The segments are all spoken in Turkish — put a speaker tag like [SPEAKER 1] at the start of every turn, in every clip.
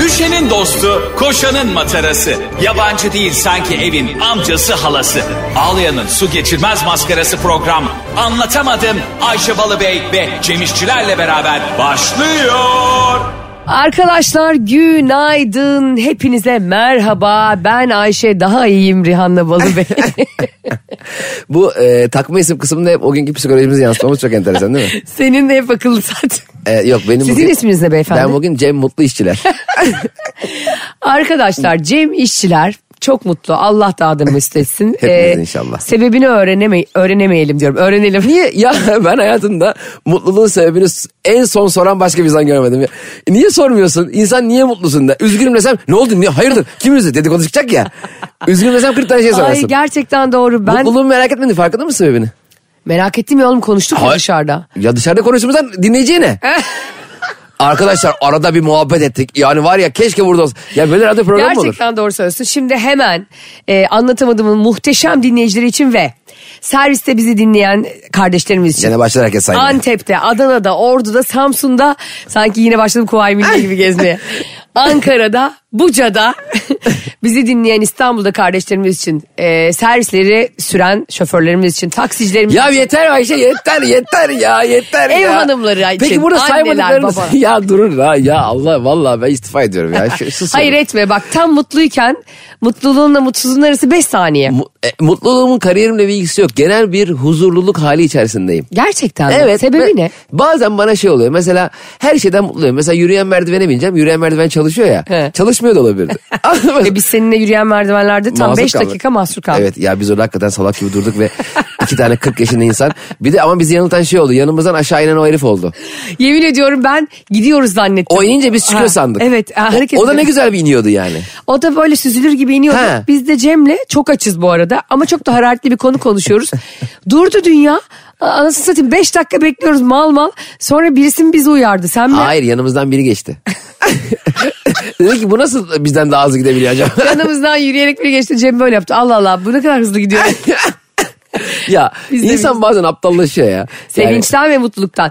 [SPEAKER 1] Düşenin dostu, koşanın matarası. Yabancı değil sanki evin amcası halası. Ağlayanın su geçirmez maskarası program. Anlatamadım Ayşe Balıbey ve Cemişçilerle beraber başlıyor.
[SPEAKER 2] Arkadaşlar günaydın. Hepinize merhaba. Ben Ayşe. Daha iyiyim Rihanna Balıbey.
[SPEAKER 3] Bu e, takma isim kısmında hep o günkü psikolojimizi yansıtmamız çok enteresan değil mi?
[SPEAKER 2] Senin de hep akıllı zaten.
[SPEAKER 3] E, yok benim
[SPEAKER 2] Sizin
[SPEAKER 3] bugün,
[SPEAKER 2] isminiz ne beyefendi?
[SPEAKER 3] Ben bugün Cem Mutlu İşçiler.
[SPEAKER 2] Arkadaşlar Cem işçiler çok mutlu. Allah da adını istesin. Ee,
[SPEAKER 3] Hepimiz inşallah.
[SPEAKER 2] Sebebini öğreneme öğrenemeyelim diyorum. Öğrenelim.
[SPEAKER 3] Niye? Ya ben hayatımda mutluluğun sebebini s- en son soran başka bir insan görmedim. Ya. E, Niye sormuyorsun? İnsan niye mutlusun da? Üzgünüm desem ne oldu? Niye? Hayırdır? Kim üzdü? Dedikodu çıkacak ya. Üzgünüm desem 40 tane şey
[SPEAKER 2] Ay
[SPEAKER 3] sorarsın.
[SPEAKER 2] gerçekten doğru. Ben
[SPEAKER 3] Mutluluğu merak etmedin farkında mısın sebebini?
[SPEAKER 2] merak ettim ya oğlum konuştuk ya
[SPEAKER 3] Hayır.
[SPEAKER 2] dışarıda.
[SPEAKER 3] Ya dışarıda konuştuğumuzdan dinleyiciye ne? Arkadaşlar arada bir muhabbet ettik. Yani var ya keşke burada olsa. Ya böyle radyo programı mı olur?
[SPEAKER 2] Gerçekten doğru söylüyorsun. Şimdi hemen e, anlatamadığımın muhteşem dinleyicileri için ve serviste bizi dinleyen kardeşlerimiz için.
[SPEAKER 3] Gene başlar herkes saymaya.
[SPEAKER 2] Antep'te, Adana'da, Ordu'da, Samsun'da sanki yine başladım Kuvayi Milliye gibi gezmeye. Ankara'da, Buca'da bizi dinleyen İstanbul'da kardeşlerimiz için e, servisleri süren şoförlerimiz için, taksicilerimiz
[SPEAKER 3] Ya yeter Ayşe yeter yeter ya yeter
[SPEAKER 2] Ev
[SPEAKER 3] ya.
[SPEAKER 2] hanımları için,
[SPEAKER 3] Peki burada
[SPEAKER 2] anneler,
[SPEAKER 3] saymadıklarınız.
[SPEAKER 2] babalar.
[SPEAKER 3] Ya durun ha ya Allah vallahi ben istifa ediyorum ya. Şu, sus
[SPEAKER 2] Hayır
[SPEAKER 3] oğlum.
[SPEAKER 2] etme bak tam mutluyken mutluluğunla mutsuzluğun arası 5 saniye.
[SPEAKER 3] Mu- e, mutluluğumun kariyerimle bir ilgisi yok. Genel bir huzurluluk hali içerisindeyim.
[SPEAKER 2] Gerçekten mi?
[SPEAKER 3] Evet.
[SPEAKER 2] Sebebi
[SPEAKER 3] ben-
[SPEAKER 2] ne?
[SPEAKER 3] Bazen bana şey oluyor. Mesela her şeyden mutluyum. Mesela yürüyen merdivene bineceğim. Yürüyen merdiven çalışıyor ya.
[SPEAKER 2] He.
[SPEAKER 3] Çalışmıyor da olabilirdi.
[SPEAKER 2] E biz seninle yürüyen merdivenlerde tam
[SPEAKER 3] Mahsur
[SPEAKER 2] 5
[SPEAKER 3] kaldık.
[SPEAKER 2] dakika mahsur kaldık.
[SPEAKER 3] Evet ya biz orada hakikaten salak gibi durduk ve iki tane 40 yaşında insan. Bir de ama bizi yanıltan şey oldu. Yanımızdan aşağı inen o herif oldu.
[SPEAKER 2] Yemin ediyorum ben gidiyoruz zannettim.
[SPEAKER 3] O inince biz çıkıyor
[SPEAKER 2] Ha,
[SPEAKER 3] sandık.
[SPEAKER 2] Evet. ha,
[SPEAKER 3] O,
[SPEAKER 2] hareket
[SPEAKER 3] o da ne
[SPEAKER 2] ediyoruz.
[SPEAKER 3] güzel bir iniyordu yani.
[SPEAKER 2] O da böyle süzülür gibi iniyordu.
[SPEAKER 3] Ha.
[SPEAKER 2] Biz de Cem'le çok açız bu arada ama çok da hararetli bir konu konuşuyoruz. Durdu dünya. Anasını satayım 5 dakika bekliyoruz mal mal. Sonra birisi mi bizi uyardı? Sen mi?
[SPEAKER 3] Hayır yanımızdan biri geçti. Dedi ki bu nasıl bizden daha hızlı gidebiliyor acaba?
[SPEAKER 2] Yanımızdan yürüyerek biri geçti Cem böyle yaptı. Allah Allah bu ne kadar hızlı gidiyor.
[SPEAKER 3] ya
[SPEAKER 2] Biz de
[SPEAKER 3] insan
[SPEAKER 2] biliriz.
[SPEAKER 3] bazen aptallaşıyor ya. Yani-
[SPEAKER 2] Sevinçten ve mutluluktan.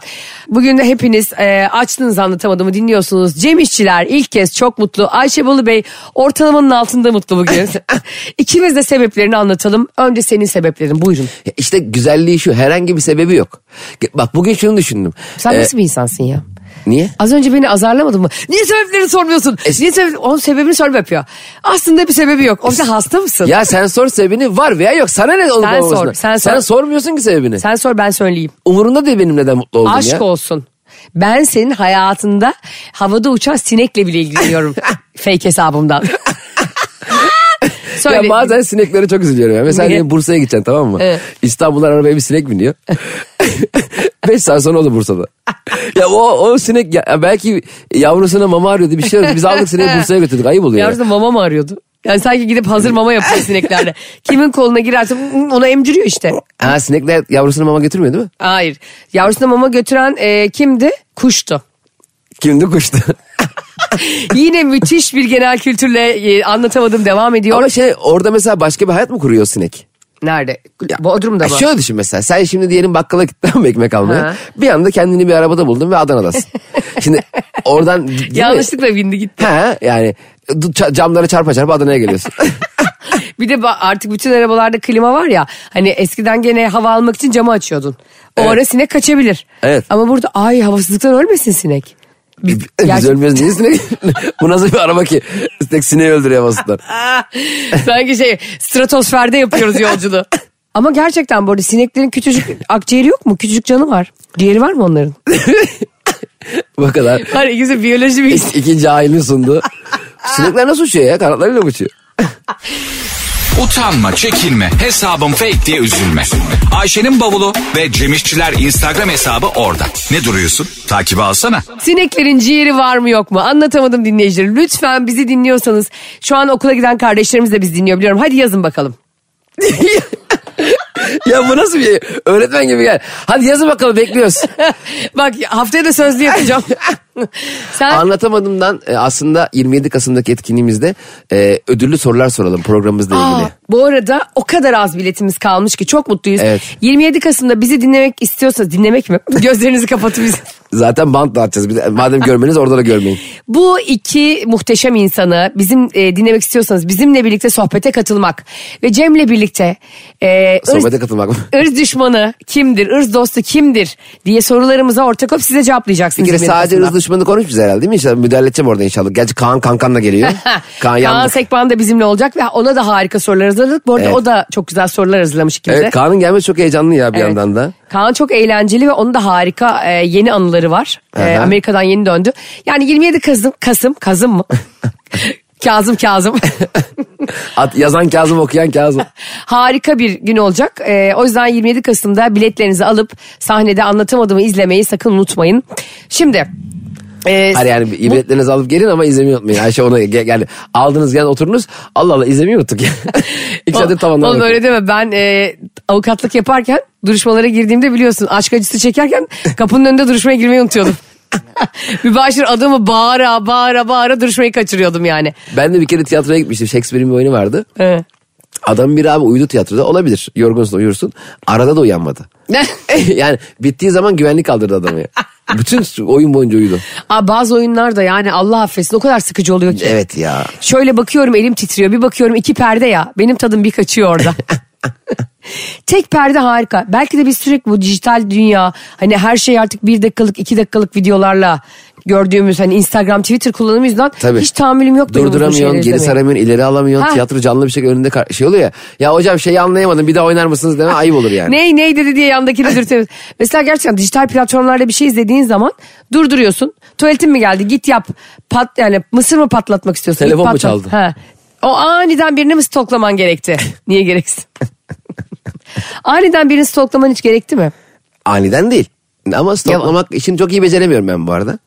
[SPEAKER 2] Bugün de hepiniz e, açtınız anlatamadığımı dinliyorsunuz. Cem İşçiler ilk kez çok mutlu. Ayşe Bolu Bey ortalamanın altında mutlu bugün. İkimiz de sebeplerini anlatalım. Önce senin sebeplerin buyurun.
[SPEAKER 3] Ya İşte güzelliği şu herhangi bir sebebi yok. Ge- Bak bugün şunu düşündüm.
[SPEAKER 2] Sen
[SPEAKER 3] Ee,
[SPEAKER 2] nasıl bir insansın ya?
[SPEAKER 3] Niye?
[SPEAKER 2] Az önce beni azarlamadın mı? Niye sebeplerini sormuyorsun? Niye sebep, onun sebebini sorma yapıyor. Aslında bir sebebi yok. O yüzden hasta mısın?
[SPEAKER 3] Ya sen sor sebebini var veya yok. Sana ne olup
[SPEAKER 2] Sen sor,
[SPEAKER 3] olmamasına?
[SPEAKER 2] sen sor.
[SPEAKER 3] sormuyorsun ki sebebini.
[SPEAKER 2] Sen sor ben söyleyeyim.
[SPEAKER 3] Umurunda değil benim neden mutlu oldum
[SPEAKER 2] Aşk
[SPEAKER 3] ya.
[SPEAKER 2] olsun. Ben senin hayatında havada uçan sinekle bile ilgileniyorum. Fake hesabımdan. Söyle.
[SPEAKER 3] Ya bazen sineklere çok üzülüyorum. Ya. Mesela
[SPEAKER 2] Niye?
[SPEAKER 3] diyelim Bursa'ya gideceksin tamam mı?
[SPEAKER 2] Evet.
[SPEAKER 3] İstanbul'dan arabaya bir sinek biniyor. Beş saat sonra o da Bursa'da. ya o, o sinek ya, belki yavrusuna mama arıyordu bir şey arıyordu. Biz aldık sineği Bursa'ya götürdük ayıp oluyor.
[SPEAKER 2] Yavrusu da mama mı arıyordu? Yani sanki gidip hazır mama yapıyor sineklerle. Kimin koluna girerse ona emdiriyor işte.
[SPEAKER 3] Ya. Ha sinekler yavrusuna mama götürmüyor değil mi?
[SPEAKER 2] Hayır. Yavrusuna mama götüren e, kimdi? Kuştu.
[SPEAKER 3] Kimdi kuştu.
[SPEAKER 2] Yine müthiş bir genel kültürle e, anlatamadım devam ediyor.
[SPEAKER 3] Ama şey orada mesela başka bir hayat mı kuruyor sinek?
[SPEAKER 2] Nerede? Bodrum'da
[SPEAKER 3] Ya e,
[SPEAKER 2] mı?
[SPEAKER 3] şöyle düşün mesela sen şimdi diyelim bakkala gittin mi ekmek almaya.
[SPEAKER 2] Ha.
[SPEAKER 3] Bir anda kendini bir arabada buldun ve Adana'dasın. şimdi oradan... değil mi?
[SPEAKER 2] Yanlışlıkla bindi gitti.
[SPEAKER 3] Ha yani du- ça- camlara çarpa çarpa Adana'ya geliyorsun.
[SPEAKER 2] Bir de ba- artık bütün arabalarda klima var ya. Hani eskiden gene hava almak için camı açıyordun. O
[SPEAKER 3] Evet.
[SPEAKER 2] ara sinek kaçabilir.
[SPEAKER 3] Evet.
[SPEAKER 2] Ama burada ay havasızlıktan ölmesin sinek.
[SPEAKER 3] Biz, E, biz
[SPEAKER 2] Gerçi-
[SPEAKER 3] ölmüyoruz niye sinek? Bu nasıl bir araba ki? Sinek sineği öldürüyor basitler.
[SPEAKER 2] Sanki şey stratosferde yapıyoruz yolculuğu. Ama gerçekten bu arada sineklerin küçücük akciğeri yok mu? Küçücük canı var. Diğeri var mı onların?
[SPEAKER 3] Bu kadar.
[SPEAKER 2] Hayır ikisi biyoloji bilgisi.
[SPEAKER 3] İkinci ailini sundu. Sinekler nasıl uçuyor ya? Kanatlarıyla mı uçuyor?
[SPEAKER 1] Utanma, çekinme, hesabım fake diye üzülme. Ayşe'nin bavulu ve Cemişçiler Instagram hesabı orada. Ne duruyorsun? Takibi alsana.
[SPEAKER 2] Sineklerin ciğeri var mı yok mu? Anlatamadım dinleyicilerim. Lütfen bizi dinliyorsanız şu an okula giden kardeşlerimiz de bizi dinliyor biliyorum. Hadi yazın bakalım.
[SPEAKER 3] ya bu nasıl bir şey? Öğretmen gibi gel. Hadi yazın bakalım bekliyoruz.
[SPEAKER 2] Bak haftaya da sözlü yapacağım. Sen
[SPEAKER 3] Anlatamadımdan e, aslında 27 Kasım'daki etkinliğimizde e, ödüllü sorular soralım programımızla
[SPEAKER 2] Aa,
[SPEAKER 3] ilgili.
[SPEAKER 2] bu arada o kadar az biletimiz kalmış ki çok mutluyuz.
[SPEAKER 3] Evet.
[SPEAKER 2] 27 Kasım'da bizi dinlemek istiyorsanız dinlemek mi? Gözlerinizi kapatıp bizi.
[SPEAKER 3] Zaten bant dağıtacağız. Bir de- Madem görmeniz orada da görmeyin.
[SPEAKER 2] Bu iki muhteşem insanı bizim e, dinlemek istiyorsanız bizimle birlikte sohbete katılmak ve Cem'le birlikte e, ırz-
[SPEAKER 3] Sohbete katılmak mı?
[SPEAKER 2] ırz düşmanı kimdir, ırz dostu kimdir diye sorularımıza ortak olup size
[SPEAKER 3] Bir
[SPEAKER 2] cevaplayacaksınız.
[SPEAKER 3] kere
[SPEAKER 2] 27
[SPEAKER 3] sadece
[SPEAKER 2] Kasım'da.
[SPEAKER 3] hız düşmanı konuşmayacağız herhalde değil mi? İnşallah müdahale edeceğim orada inşallah. Gerçi Kaan Kankan da geliyor. Kaan
[SPEAKER 2] Kaan
[SPEAKER 3] yandı.
[SPEAKER 2] Sekban da bizimle olacak ve ona da harika sorular hazırladık. Bu arada
[SPEAKER 3] Evet.
[SPEAKER 2] o da çok güzel sorular hazırlamış ikimize.
[SPEAKER 3] Evet Kaan'ın gelmesi çok heyecanlı ya bir
[SPEAKER 2] Evet.
[SPEAKER 3] yandan da.
[SPEAKER 2] Kaan çok eğlenceli ve onun da harika e, yeni anıları var. E,
[SPEAKER 3] Aha.
[SPEAKER 2] Amerika'dan yeni döndü. Yani 27 Kasım, Kasım, Kasım mı? Kazım Kazım.
[SPEAKER 3] At, yazan Kazım okuyan Kazım.
[SPEAKER 2] harika bir gün olacak. E, o yüzden 27 Kasım'da biletlerinizi alıp sahnede anlatamadığımı izlemeyi sakın unutmayın. Şimdi e,
[SPEAKER 3] Hayır yani bir- ibretlerinizi alıp gelin ama izlemeyi unutmayın. Ayşe ona gel, yani aldınız gel oturunuz. Allah Allah izlemeyi unuttuk ya. İki saattir tavandan
[SPEAKER 2] Oğlum öyle
[SPEAKER 3] bakıyorum.
[SPEAKER 2] deme ben e, avukatlık yaparken duruşmalara girdiğimde biliyorsun aşk acısı çekerken kapının önünde duruşmaya girmeyi unutuyordum. Mübaşir adımı bağıra bağıra bağıra duruşmayı kaçırıyordum yani.
[SPEAKER 3] Ben de bir kere tiyatroya gitmiştim. Shakespeare'in bir oyunu vardı.
[SPEAKER 2] Ee.
[SPEAKER 3] Adam bir abi uyudu tiyatroda olabilir. Yorgunsun uyursun. Arada da uyanmadı. yani bittiği zaman güvenlik kaldırdı adamı. ya. Bütün oyun boyunca uyudu.
[SPEAKER 2] Aa, bazı oyunlarda yani Allah affetsin o kadar sıkıcı oluyor ki.
[SPEAKER 3] Evet ya.
[SPEAKER 2] Şöyle bakıyorum elim titriyor bir bakıyorum iki perde ya benim tadım bir kaçıyor orada. Tek perde harika. Belki de biz sürekli bu dijital dünya hani her şey artık bir dakikalık iki dakikalık videolarla gördüğümüz hani Instagram Twitter kullanımı yüzünden
[SPEAKER 3] Tabii.
[SPEAKER 2] hiç tahammülüm yok. benim bu şeyleri
[SPEAKER 3] Durduramıyorsun, geri
[SPEAKER 2] izlemeye.
[SPEAKER 3] saramıyorsun, ileri alamıyorsun.
[SPEAKER 2] Ha.
[SPEAKER 3] Tiyatro canlı bir şekilde önünde kar- şey oluyor ya. Ya hocam şeyi anlayamadım bir daha oynar mısınız deme ayıp olur yani.
[SPEAKER 2] Ney ney dedi diye yandakini dürtüyoruz. Mesela gerçekten dijital platformlarda bir şey izlediğin zaman durduruyorsun. Tuvaletin mi geldi git yap. Pat, yani mısır mı patlatmak istiyorsun? Git
[SPEAKER 3] Telefon mu
[SPEAKER 2] patlat.
[SPEAKER 3] çaldı?
[SPEAKER 2] Ha. O aniden birini mi stoklaman gerekti? Niye gereksin? aniden birini stoklaman hiç gerekti mi?
[SPEAKER 3] Aniden değil. Ama stoklamak için çok iyi beceremiyorum ben bu arada.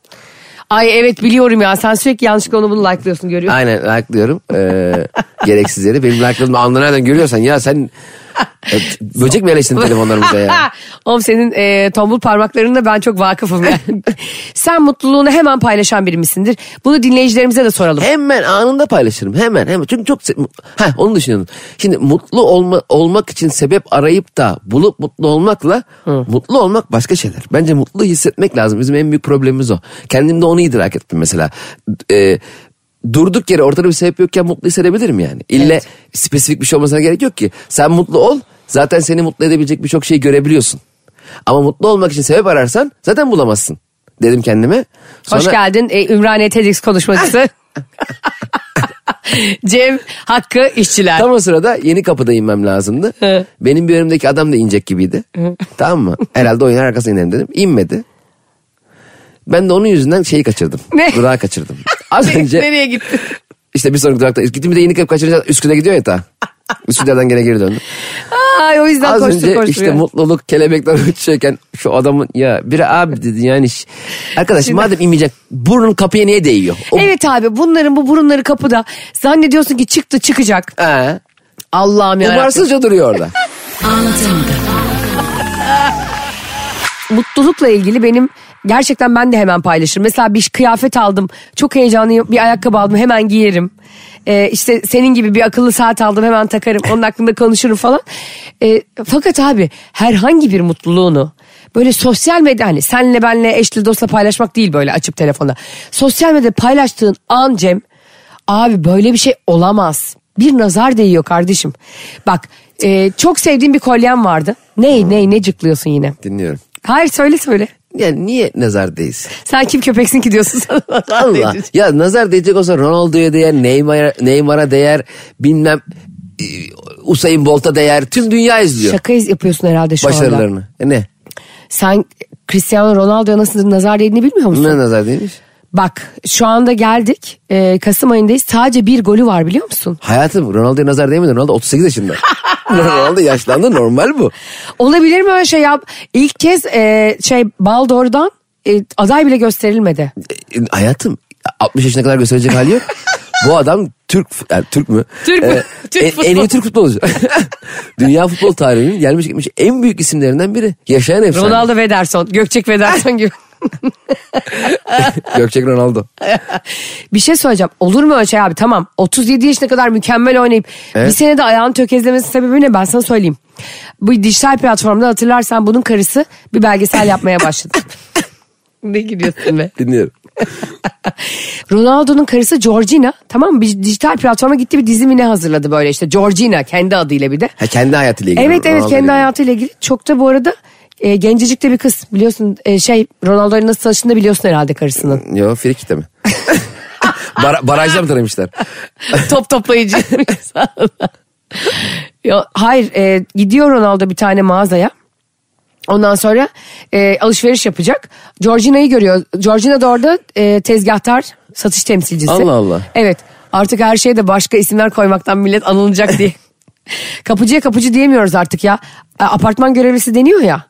[SPEAKER 2] Ay evet biliyorum ya sen sürekli yanlışlıkla onu bunu like'lıyorsun görüyorum.
[SPEAKER 3] Aynen like'lıyorum. Ee, gereksiz yere. Benim like'larımı anında nereden görüyorsan ya sen e, böcek mi eleştirdin telefonlarımıza ya?
[SPEAKER 2] Oğlum senin e, tombul parmaklarında ben çok vakıfım yani. Sen mutluluğunu hemen paylaşan biri misindir? Bunu dinleyicilerimize de soralım.
[SPEAKER 3] Hemen anında paylaşırım. Hemen hemen. Çünkü çok se- ha onu düşünüyorum. Şimdi mutlu olma, olmak için sebep arayıp da bulup mutlu olmakla mutlu olmak başka şeyler. Bence mutlu hissetmek lazım. Bizim en büyük problemimiz o. Kendimde onu idrak ettim mesela. Ee, durduk yere ortada bir sebep yokken mutlu hissedebilirim yani. İlle
[SPEAKER 2] Evet.
[SPEAKER 3] spesifik bir şey olmasına gerek yok ki. Sen mutlu ol. Zaten seni mutlu edebilecek birçok şey görebiliyorsun. Ama mutlu olmak için sebep ararsan zaten bulamazsın. Dedim kendime.
[SPEAKER 2] Hoş
[SPEAKER 3] Sonra-
[SPEAKER 2] geldin e, Ümraniye TEDx konuşmacısı. Cem Hakkı işçiler.
[SPEAKER 3] Tam o sırada yeni kapıda inmem lazımdı.
[SPEAKER 2] He.
[SPEAKER 3] Benim bir önümdeki adam da inecek gibiydi. tamam mı? Herhalde oyun arkasına inerim dedim. İnmedi. Ben de onun yüzünden şeyi kaçırdım.
[SPEAKER 2] Ne?
[SPEAKER 3] Durağı kaçırdım. Az önce
[SPEAKER 2] Nereye gitti?
[SPEAKER 3] işte bir sonraki durakta gittim bir de yeni kapı kaçırınca Üsküdar'a gidiyor ya ta. Üsküdar'dan gene geri döndüm.
[SPEAKER 2] Ay o yüzden
[SPEAKER 3] Az
[SPEAKER 2] koştur
[SPEAKER 3] önce
[SPEAKER 2] koştur.
[SPEAKER 3] işte
[SPEAKER 2] ya.
[SPEAKER 3] mutluluk kelebekler uçuyorken şu adamın ya biri abi dedi yani ş- arkadaş madem inmeyecek burnun kapıya niye değiyor? O-
[SPEAKER 2] Evet abi bunların bu burunları kapıda. Zannediyorsun ki çıktı çıkacak.
[SPEAKER 3] He.
[SPEAKER 2] Allah'ım ya.
[SPEAKER 3] umarsızca duruyor orada.
[SPEAKER 2] mutlulukla ilgili benim gerçekten ben de hemen paylaşırım. Mesela bir kıyafet aldım çok heyecanlıyım bir ayakkabı aldım hemen giyerim. Ee, işte senin gibi bir akıllı saat aldım hemen takarım onun hakkında konuşurum falan. Ee, fakat abi herhangi bir mutluluğunu böyle sosyal medya hani senle benle eşli dostla paylaşmak değil böyle açıp telefonda. Sosyal medyada paylaştığın an Cem abi böyle bir şey olamaz. Bir nazar değiyor kardeşim. Bak e, çok sevdiğim bir kolyem vardı. Ney ney ne cıklıyorsun yine?
[SPEAKER 3] Dinliyorum.
[SPEAKER 2] Hayır söyle söyle.
[SPEAKER 3] Yani niye nazar değsin?
[SPEAKER 2] Sen kim köpeksin ki diyorsun sana.
[SPEAKER 3] Allah. Ya nazar değecek olsa Ronaldo'ya değer, Neymar'a, Neymar'a değer, bilmem e, Usain Bolt'a değer. Tüm dünya izliyor
[SPEAKER 2] Şaka iz- yapıyorsun herhalde şu anda.
[SPEAKER 3] başarılarını. E ne?
[SPEAKER 2] Sen Cristiano Ronaldo'ya nasıl nazar değdiğini bilmiyor musun?
[SPEAKER 3] Ne nazar değmiş?
[SPEAKER 2] Bak şu anda geldik. Ee, Kasım ayındayız. Sadece bir golü var biliyor musun?
[SPEAKER 3] Hayatım Ronaldo'ya nazar değmedi. Ronaldo 38 yaşında. Ronaldo yaşlandı normal bu.
[SPEAKER 2] Olabilir mi öyle şey yap? İlk kez e, şey Baldor'dan e, aday bile gösterilmedi.
[SPEAKER 3] E, hayatım 60 yaşına kadar gösterecek hali yok. Bu adam Türk, fut- yani Türk mü?
[SPEAKER 2] Türk mü? Türk
[SPEAKER 3] en, en iyi
[SPEAKER 2] futbol.
[SPEAKER 3] Türk futbolcu. Dünya futbol tarihinin gelmiş gitmiş en büyük isimlerinden biri. Yaşayan efsane.
[SPEAKER 2] Ronaldo ve Ederson, Gökçek ve Ederson gibi.
[SPEAKER 3] Gökçek Ronaldo.
[SPEAKER 2] bir şey söyleyeceğim. Olur mu öyle şey abi? Tamam. 37 yaşına kadar mükemmel oynayıp bir senede ayağını tökezlemesi sebebi ne? Ben sana söyleyeyim. Bu dijital platformda hatırlarsan bunun karısı bir belgesel yapmaya başladı. ne gülüyorsun be?
[SPEAKER 3] Dinliyorum.
[SPEAKER 2] Ronaldo'nun karısı Georgina tamam mı? Bir dijital platforma gitti bir dizi mi ne hazırladı böyle işte. Georgina kendi adıyla bir de.
[SPEAKER 3] Ha, kendi hayatıyla ilgili.
[SPEAKER 2] Evet evet
[SPEAKER 3] Ronaldo'yla
[SPEAKER 2] kendi
[SPEAKER 3] ilgili.
[SPEAKER 2] hayatıyla ilgili. Çok da bu arada e, gencecik de bir kız biliyorsun e, şey Ronaldo'ya nasıl çalıştığını da biliyorsun herhalde karısının.
[SPEAKER 3] Yo frikikte mi? Bar- barajda mı tanımışlar?
[SPEAKER 2] Top toplayıcı. ya, hayır e, gidiyor Ronaldo bir tane mağazaya. Ondan sonra e, alışveriş yapacak. Georgina'yı görüyor. Georgina da orada e, tezgahtar satış temsilcisi.
[SPEAKER 3] Allah Allah.
[SPEAKER 2] Evet artık her şeye de başka isimler koymaktan millet anılacak diye. Kapıcıya kapıcı diyemiyoruz artık ya. E, Apartman görevlisi deniyor ya.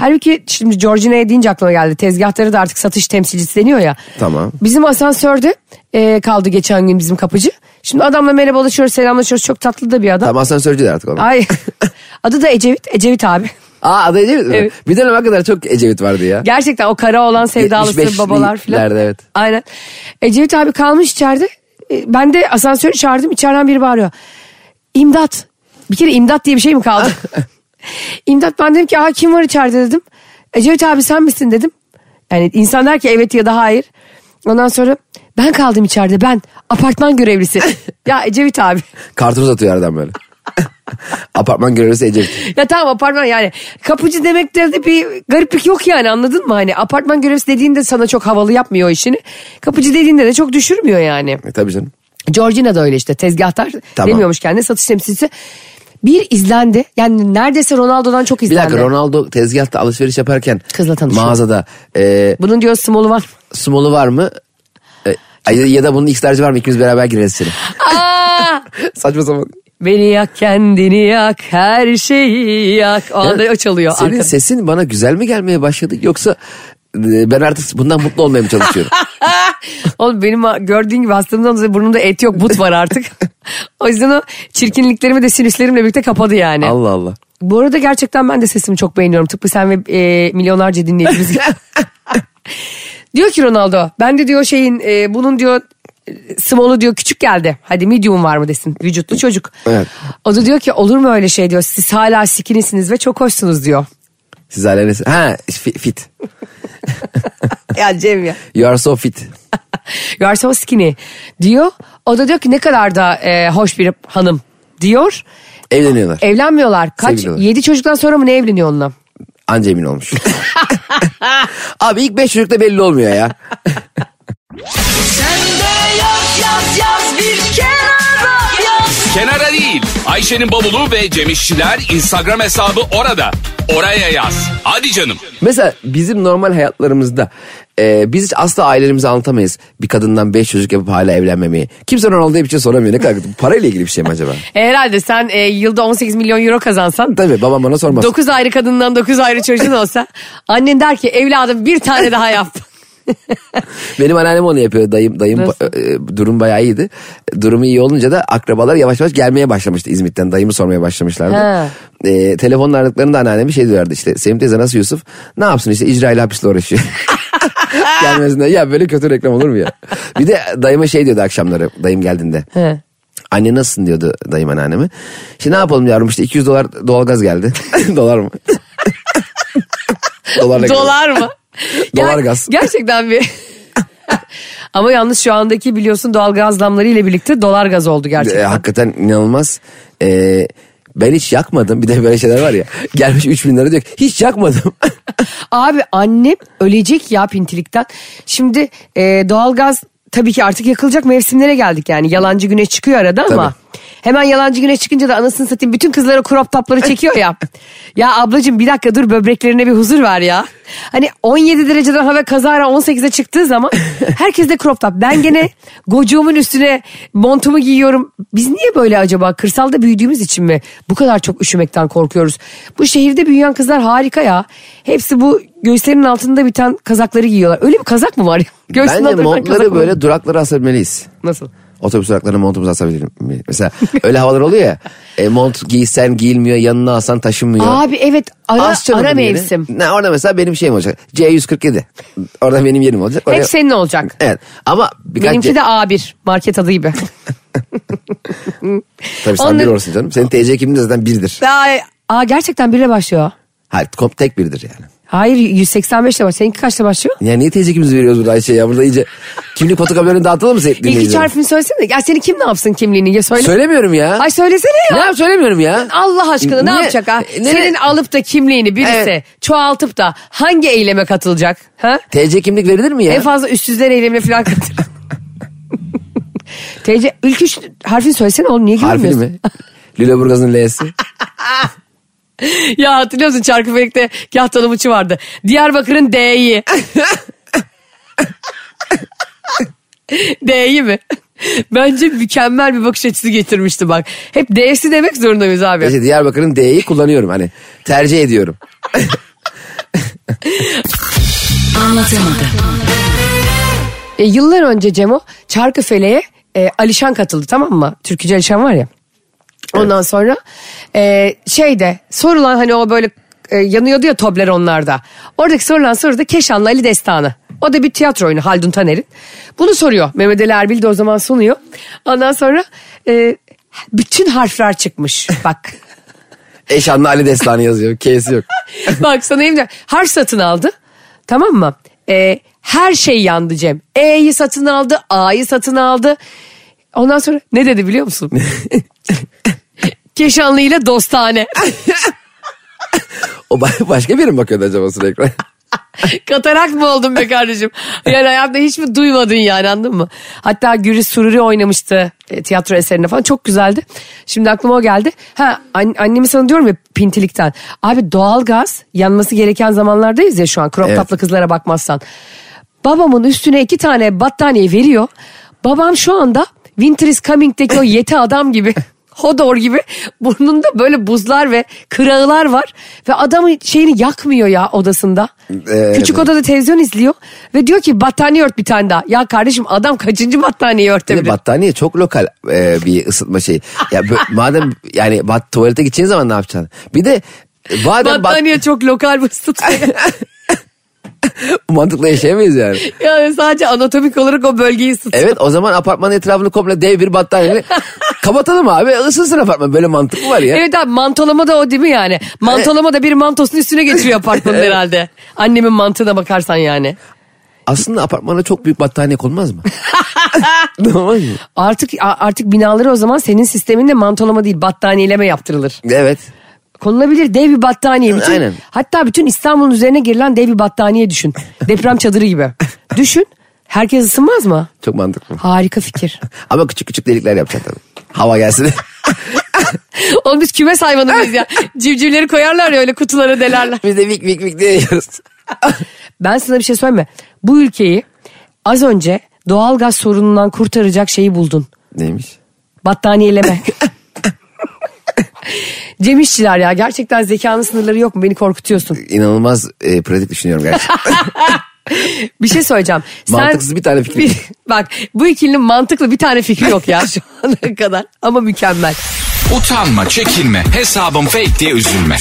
[SPEAKER 2] Halbuki şimdi Georgina'ya deyince aklıma geldi. Tezgahtarı da artık satış temsilcisi deniyor ya.
[SPEAKER 3] Tamam.
[SPEAKER 2] Bizim asansörde e, kaldı geçen gün bizim kapıcı. Şimdi adamla merhabalaşıyoruz, selamlaşıyoruz. Çok tatlı da bir adam.
[SPEAKER 3] Tamam asansörcü de artık onlar.
[SPEAKER 2] Ay. Adı da Ecevit. Ecevit abi.
[SPEAKER 3] Aa adı Ecevit mi?
[SPEAKER 2] Evet.
[SPEAKER 3] Bir dönem hakikaten çok Ecevit vardı ya.
[SPEAKER 2] Gerçekten o kara olan sevdalısı
[SPEAKER 3] 75'lilerde,
[SPEAKER 2] babalar filan.
[SPEAKER 3] evet.
[SPEAKER 2] Aynen. Ecevit abi kalmış içeride. E, Ben de asansörü çağırdım. İçeriden biri bağırıyor. İmdat. Bir kere imdat diye bir şey mi kaldı? imdat ben dedim ki Aa, kim var içeride dedim. Ecevit abi sen misin dedim. Yani insan der ki evet ya da hayır. Ondan sonra ben kaldım içeride ben apartman görevlisi. ya Ecevit abi.
[SPEAKER 3] Kartuz atıyor aradan böyle. Apartman görevlisi Ecevit.
[SPEAKER 2] Ya tamam apartman yani kapıcı demekte de bir gariplik yok yani anladın mı? Hani apartman görevlisi dediğinde sana çok havalı yapmıyor o işini. Kapıcı dediğinde de çok düşürmüyor yani.
[SPEAKER 3] E, tabii canım.
[SPEAKER 2] Georgina da öyle işte tezgahtar
[SPEAKER 3] Tamam.
[SPEAKER 2] demiyormuş kendine satış temsilcisi. Bir izlendi yani neredeyse Ronaldo'dan çok
[SPEAKER 3] Bir
[SPEAKER 2] izlendi.
[SPEAKER 3] dakika Ronaldo tezgahta alışveriş yaparken
[SPEAKER 2] Kızla tanışıyor.
[SPEAKER 3] mağazada e,
[SPEAKER 2] Bunun diyor small'u var.
[SPEAKER 3] small'u var mı? E, ay- ya da bunun X'lerci var mı? İkimiz beraber gireriz içeri.
[SPEAKER 2] Aa!
[SPEAKER 3] Saçma sapan.
[SPEAKER 2] Beni yak kendini yak her şeyi yak. O anda o çalıyor.
[SPEAKER 3] Senin
[SPEAKER 2] arkada.
[SPEAKER 3] sesin bana güzel mi gelmeye başladı yoksa e, ben artık bundan mutlu olmaya mı çalışıyorum?
[SPEAKER 2] Oğlum benim ha- gördüğün gibi hastamdan dolayı burnumda et yok but var artık. o yüzden o çirkinliklerimi de sinüslerimle birlikte kapadı yani.
[SPEAKER 3] Allah Allah.
[SPEAKER 2] Bu arada gerçekten ben de sesimi çok beğeniyorum. Tıpkı sen ve e, milyonlarca dinleyicimiz gibi. diyor ki Ronaldo ben de diyor şeyin e, bunun diyor e, small'u diyor küçük geldi. Hadi medium var mı desin vücutlu çocuk.
[SPEAKER 3] Evet.
[SPEAKER 2] O da diyor ki olur mu öyle şey diyor siz hala sikinisiniz ve çok hoşsunuz diyor.
[SPEAKER 3] Siz hala nesi- Ha fi- fit.
[SPEAKER 2] Ya Cem ya.
[SPEAKER 3] You are so fit.
[SPEAKER 2] You are so skinny diyor. O da diyor ki ne kadar da e, hoş bir hanım diyor.
[SPEAKER 3] Evleniyorlar.
[SPEAKER 2] E- Evlenmiyorlar. Kaç?
[SPEAKER 3] Sevgililer.
[SPEAKER 2] 7 çocuktan sonra mı ne evleniyor onunla?
[SPEAKER 3] Anca emin olmuş. Abi ilk beş çocukta belli olmuyor ya.
[SPEAKER 1] Kenara değil. Ayşe'nin bavulu ve Cemişçiler Instagram hesabı orada. Oraya yaz. Hadi canım.
[SPEAKER 3] Mesela bizim normal hayatlarımızda e, biz hiç asla ailemize anlatamayız. Bir kadından beş çocuk yapıp hala evlenmemeyi. Kimse Ronaldo'ya bir şey soramıyor. Ne kadar bu parayla ilgili bir şey mi acaba?
[SPEAKER 2] Herhalde sen e, yılda 18 milyon euro kazansan
[SPEAKER 3] Tabii babam bana sormaz.
[SPEAKER 2] 9 ayrı kadından 9 ayrı çocuğun olsa annen der ki evladım bir tane daha yap.
[SPEAKER 3] Benim anneannem onu yapıyor. Dayım dayım
[SPEAKER 2] Nasıl?
[SPEAKER 3] ba- e, durum bayağı iyiydi. Durumu iyi olunca da akrabalar yavaş yavaş gelmeye başlamıştı İzmit'ten. Dayımı sormaya başlamışlardı.
[SPEAKER 2] Ha.
[SPEAKER 3] E, telefonla aradıklarında anneannemi şey diyorlardı işte. Sevim teyze nasıl Yusuf? Ne yapsın işte icra ile hapisle uğraşıyor. Gelmesin diye. Ya böyle kötü reklam olur mu ya? Bir de dayıma şey diyordu akşamları dayım geldiğinde.
[SPEAKER 2] He.
[SPEAKER 3] Anne nasılsın diyordu dayım anneanneme. Şimdi ne yapalım yavrum işte 200 dolar doğalgaz geldi. dolar mı? Dolarla geldi.
[SPEAKER 2] Dolar mı?
[SPEAKER 3] Dolar
[SPEAKER 2] Ger-
[SPEAKER 3] gaz.
[SPEAKER 2] Gerçekten bir... Ama yalnız şu andaki biliyorsun doğal gaz zamları ile birlikte dolar gaz oldu gerçekten.
[SPEAKER 3] E, hakikaten inanılmaz. E, ben hiç yakmadım. Bir de böyle şeyler var ya. Gelmiş 3000 lira diyor ki hiç yakmadım.
[SPEAKER 2] Abi annem ölecek ya pintilikten. Şimdi e, doğalgaz tabii ki artık yakılacak mevsimlere geldik yani. Yalancı güneş çıkıyor arada ama. Hemen yalancı güne çıkınca da anasını satayım bütün kızlara crop topları çekiyor ya. ya ablacığım bir dakika dur böbreklerine bir huzur var ya. Hani 17 dereceden hava kazara 18'e çıktığı zaman herkes de crop top. Ben gene gocuğumun üstüne montumu giyiyorum. Biz niye böyle acaba? Kırsalda büyüdüğümüz için mi? Bu kadar çok üşümekten korkuyoruz. Bu şehirde büyüyen kızlar harika ya. Hepsi bu göğüslerinin altında biten kazakları giyiyorlar. Öyle bir kazak mı var ya? Göğsünün
[SPEAKER 3] Bence
[SPEAKER 2] altında biten kazak
[SPEAKER 3] montları
[SPEAKER 2] mı var?
[SPEAKER 3] böyle duraklara asabiliriz.
[SPEAKER 2] Nasıl?
[SPEAKER 3] Otobüs duraklarına montumuzu asabilirim. Mesela öyle havalar oluyor ya. E, mont giysen giyilmiyor, yanına alsan taşınmıyor.
[SPEAKER 2] Abi evet ara,
[SPEAKER 3] Az çalalım
[SPEAKER 2] ara
[SPEAKER 3] yeri.
[SPEAKER 2] mevsim.
[SPEAKER 3] Ne, orada mesela benim şeyim olacak. C147. Orada benim yerim olacak. Oraya...
[SPEAKER 2] Hep senin olacak.
[SPEAKER 3] Evet ama birkaç
[SPEAKER 2] Benimki
[SPEAKER 3] C-
[SPEAKER 2] de A1 market adı gibi.
[SPEAKER 3] Tabii sen
[SPEAKER 2] Onları-
[SPEAKER 3] bir olursun canım. Senin TC kimliğin de zaten birdir.
[SPEAKER 2] Aa, aa, e, gerçekten biriyle başlıyor.
[SPEAKER 3] Hayır komp tek birdir yani.
[SPEAKER 2] Hayır 185 ile başlıyor. Seninki kaçla başlıyor?
[SPEAKER 3] Ya niye TC kimliğimizi veriyoruz burada Ayşe ya? Burada iyice kimlik fotokopilerini dağıtalım mı sevgili
[SPEAKER 2] İlk üç
[SPEAKER 3] dinleyiciler?
[SPEAKER 2] harfini söylesene. Ya seni kim ne yapsın kimliğini? Ya söyle.
[SPEAKER 3] Söylemiyorum ya.
[SPEAKER 2] Ay söylesene ya.
[SPEAKER 3] Ne yap söylemiyorum ya.
[SPEAKER 2] Allah aşkına ne
[SPEAKER 3] Niye-
[SPEAKER 2] yapacak ha?
[SPEAKER 3] Ne-
[SPEAKER 2] Senin alıp da kimliğini birisi
[SPEAKER 3] Evet.
[SPEAKER 2] çoğaltıp da hangi eyleme katılacak? Ha?
[SPEAKER 3] TC kimlik verilir mi ya?
[SPEAKER 2] En fazla üstsüzler eylemine falan katıl. TC ilk üç harfini söylesene oğlum niye
[SPEAKER 3] Harfini
[SPEAKER 2] gülmüyorsun?
[SPEAKER 3] mi? Lüleburgaz'ın L'si.
[SPEAKER 2] Ya hatırlıyor musun Çarkıfelek'te yah tanımıcı vardı. Diyarbakır'ın D'yi. D'yi mi? Bence mükemmel bir bakış açısı getirmişti bak. Hep D'si demek zorunda mıyız abi?
[SPEAKER 3] Neyse Diyarbakır'ın D'yi kullanıyorum hani. Tercih ediyorum.
[SPEAKER 2] E, yıllar önce Cemo Çarkıfele'ye e, Alişan katıldı tamam mı? Türkücü Alişan var ya. Ondan sonra e, şeyde sorulan hani o böyle e, yanıyordu ya Toblerone'larda. Oradaki sorulan soru da Keşan'la Ali Destanı. O da bir tiyatro oyunu Haldun Taner'in. Bunu soruyor. Mehmet Ali Erbil de o zaman sunuyor. Ondan sonra e, bütün harfler çıkmış. Bak
[SPEAKER 3] Eşanlı Ali Destanı yazıyor. K'si yok.
[SPEAKER 2] Bak sana evde harf satın aldı. Tamam mı? Ee, her şey yandı Cem. E'yi satın aldı, A'yı satın aldı. Ondan sonra ne dedi biliyor musun? Keşanlı ile dostane.
[SPEAKER 3] O ba- başka biri mi bakıyordu acaba sürekli?
[SPEAKER 2] Katarak mı oldun be kardeşim? Yani hayatında hiç mi duymadın yani anladın mı? Hatta Güris Sururi oynamıştı e, tiyatro eserinde falan. Çok güzeldi. Şimdi aklıma o geldi. Ha an- annemi sana diyorum ya pintilikten. Abi doğalgaz yanması gereken zamanlardayız ya şu an. Crop
[SPEAKER 3] Evet.
[SPEAKER 2] top'la kızlara bakmazsan. Babamın üstüne iki tane battaniye veriyor. Babam şu anda Winter is Coming'deki o yeti adam gibi. Hodor gibi burnunda böyle buzlar ve kırağılar var ve adamın şeyini yakmıyor ya odasında.
[SPEAKER 3] Ee,
[SPEAKER 2] Küçük
[SPEAKER 3] evet.
[SPEAKER 2] odada televizyon izliyor ve diyor ki battaniye ört bir tane daha. Ya kardeşim adam kaçıncı battaniyeyi
[SPEAKER 3] Bir de
[SPEAKER 2] örtebilir?
[SPEAKER 3] battaniye çok lokal e, bir ısıtma şeyi. Ya bö- madem yani bat, tuvalete gideceğin zaman ne yapacaksın? Bir de e, madem bat,
[SPEAKER 2] battaniye çok lokal bir ısıtma.
[SPEAKER 3] mantıkla yaşayamayız yani.
[SPEAKER 2] yani sadece anatomik olarak o bölgeyi ısıtıyor.
[SPEAKER 3] Evet o zaman apartmanın etrafını komple dev bir battaniyeyle kapatalım abi ısınsın apartman. Böyle mantık mı var ya?
[SPEAKER 2] Evet abi mantolama da o değil mi yani? Mantolama da bir mantosun üstüne getiriyor apartmanın herhalde. Annemin mantığına bakarsan yani.
[SPEAKER 3] Aslında apartmana çok büyük battaniye konmaz mı? Olmaz mı?
[SPEAKER 2] Artık a- artık binaları o zaman senin sisteminde mantolama değil battaniyeleme yaptırılır.
[SPEAKER 3] Evet.
[SPEAKER 2] Konulabilir dev bir battaniye. Bütün,
[SPEAKER 3] Aynen.
[SPEAKER 2] Hatta bütün İstanbul'un üzerine girilen dev bir battaniye düşün. Deprem çadırı gibi. Düşün. Herkes ısınmaz mı?
[SPEAKER 3] Çok mantıklı.
[SPEAKER 2] Harika fikir.
[SPEAKER 3] Ama küçük küçük delikler yapacak tabii. Hava gelsin.
[SPEAKER 2] Oğlum biz kümes hayvanı mıyız ya? Civcivleri koyarlar ya öyle kutulara delerler.
[SPEAKER 3] Biz de vik vik vik diye yiyoruz.
[SPEAKER 2] Ben sana bir şey söyleme. Bu ülkeyi az önce doğalgaz sorunundan kurtaracak şeyi buldun.
[SPEAKER 3] Neymiş?
[SPEAKER 2] Battaniyeleme. Cem İşçiler ya gerçekten zekanın sınırları yok mu? Beni korkutuyorsun.
[SPEAKER 3] İnanılmaz e, pratik düşünüyorum gerçekten.
[SPEAKER 2] Bir şey söyleyeceğim.
[SPEAKER 3] Mantıksız bir tane fikri.
[SPEAKER 2] bak bu ikilinin mantıklı bir tane fikri yok ya şu ana kadar. Ama mükemmel.
[SPEAKER 1] Utanma, çekinme, hesabım fake diye üzülme.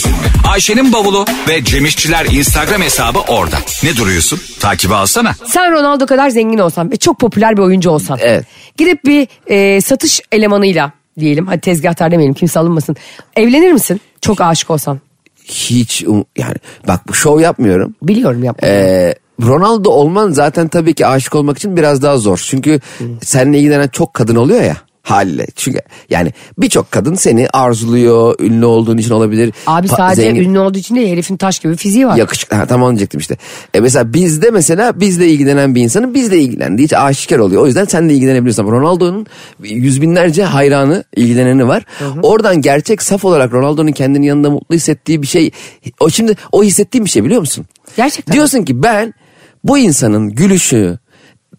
[SPEAKER 1] Ayşe'nin bavulu ve Cemişçiler Instagram hesabı orada. Ne duruyorsun? Takibi alsana.
[SPEAKER 2] Sen Ronaldo kadar zengin olsan ve çok popüler bir oyuncu olsan.
[SPEAKER 3] Evet.
[SPEAKER 2] Gidip bir e, satış elemanıyla diyelim. Hadi tezgahtar demeyelim kimse alınmasın. Evlenir misin? Çok aşık olsan.
[SPEAKER 3] Hiç um- yani bak bu şov yapmıyorum.
[SPEAKER 2] Biliyorum yapma.
[SPEAKER 3] Ee, Ronaldo olman zaten tabii ki aşık olmak için biraz daha zor. Çünkü seninle ilgilenen çok kadın oluyor ya. haliyle. Çünkü yani birçok kadın seni arzuluyor, ünlü olduğun için olabilir.
[SPEAKER 2] Abi
[SPEAKER 3] pa-
[SPEAKER 2] sadece
[SPEAKER 3] zengin-
[SPEAKER 2] ünlü olduğu için değil herifin taş gibi fiziği var.
[SPEAKER 3] Yakışıklı. Ha, tam onu diyecektim işte. E mesela bizde mesela bizle ilgilenen bir insanın bizle ilgilendiği hiç aşikar oluyor. O yüzden sen de ilgilenebiliyorsun. Ronaldo'nun yüz binlerce hayranı ilgileneni var. Oradan gerçek saf olarak Ronaldo'nun kendini yanında mutlu hissettiği bir şey. O şimdi o hissettiğim bir şey biliyor musun?
[SPEAKER 2] Gerçekten.
[SPEAKER 3] Diyorsun ki ben bu insanın gülüşü,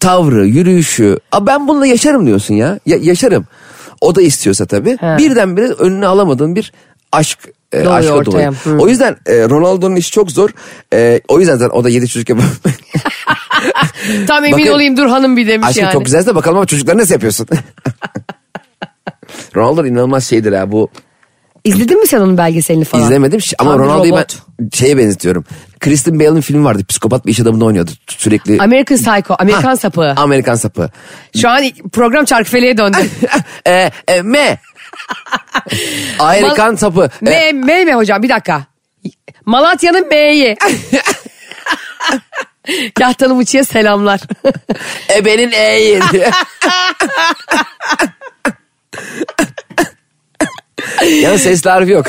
[SPEAKER 3] tavrı, yürüyüşü. "Aa, ben bununla yaşarım diyorsun ya. ya yaşarım. O da istiyorsa tabii.
[SPEAKER 2] He.
[SPEAKER 3] Birdenbire önüne alamadığın bir aşk e,
[SPEAKER 2] Doğuyor
[SPEAKER 3] aşka
[SPEAKER 2] ortaya.
[SPEAKER 3] doğuyor.
[SPEAKER 2] Hı.
[SPEAKER 3] O yüzden e, Ronaldo'nun işi çok zor. E, o yüzden zaten o da 7 çocuk yapıyor.
[SPEAKER 2] Tam emin
[SPEAKER 3] Bakın-
[SPEAKER 2] olayım dur hanım bir demiş
[SPEAKER 3] Aşkım
[SPEAKER 2] yani.
[SPEAKER 3] çok güzelse de bakalım ama çocukları nasıl yapıyorsun? Ronaldo inanılmaz şeydir ha bu.
[SPEAKER 2] İzledin mi sen onun belgeselini falan?
[SPEAKER 3] İzlemedim şi- ama
[SPEAKER 2] Tam bir
[SPEAKER 3] Ronaldo'yu ben
[SPEAKER 2] robot.
[SPEAKER 3] şeye benzetiyorum. Kristen Bale'ın filmi vardı. Psikopat bir iş adamında oynuyordu. Sürekli.
[SPEAKER 2] American Psycho, Amerikan
[SPEAKER 3] Ha,
[SPEAKER 2] sapı.
[SPEAKER 3] Amerikan sapı.
[SPEAKER 2] Şu an program çarkıfeleğe döndü.
[SPEAKER 3] e, e, M. Amerikan
[SPEAKER 2] Mal-
[SPEAKER 3] sapı. E,
[SPEAKER 2] M, M mi hocam bir dakika. Malatya'nın M'yi. Kahtalı Uçu'ya selamlar.
[SPEAKER 3] Ebenin E'yi. yani sesli harfi yok.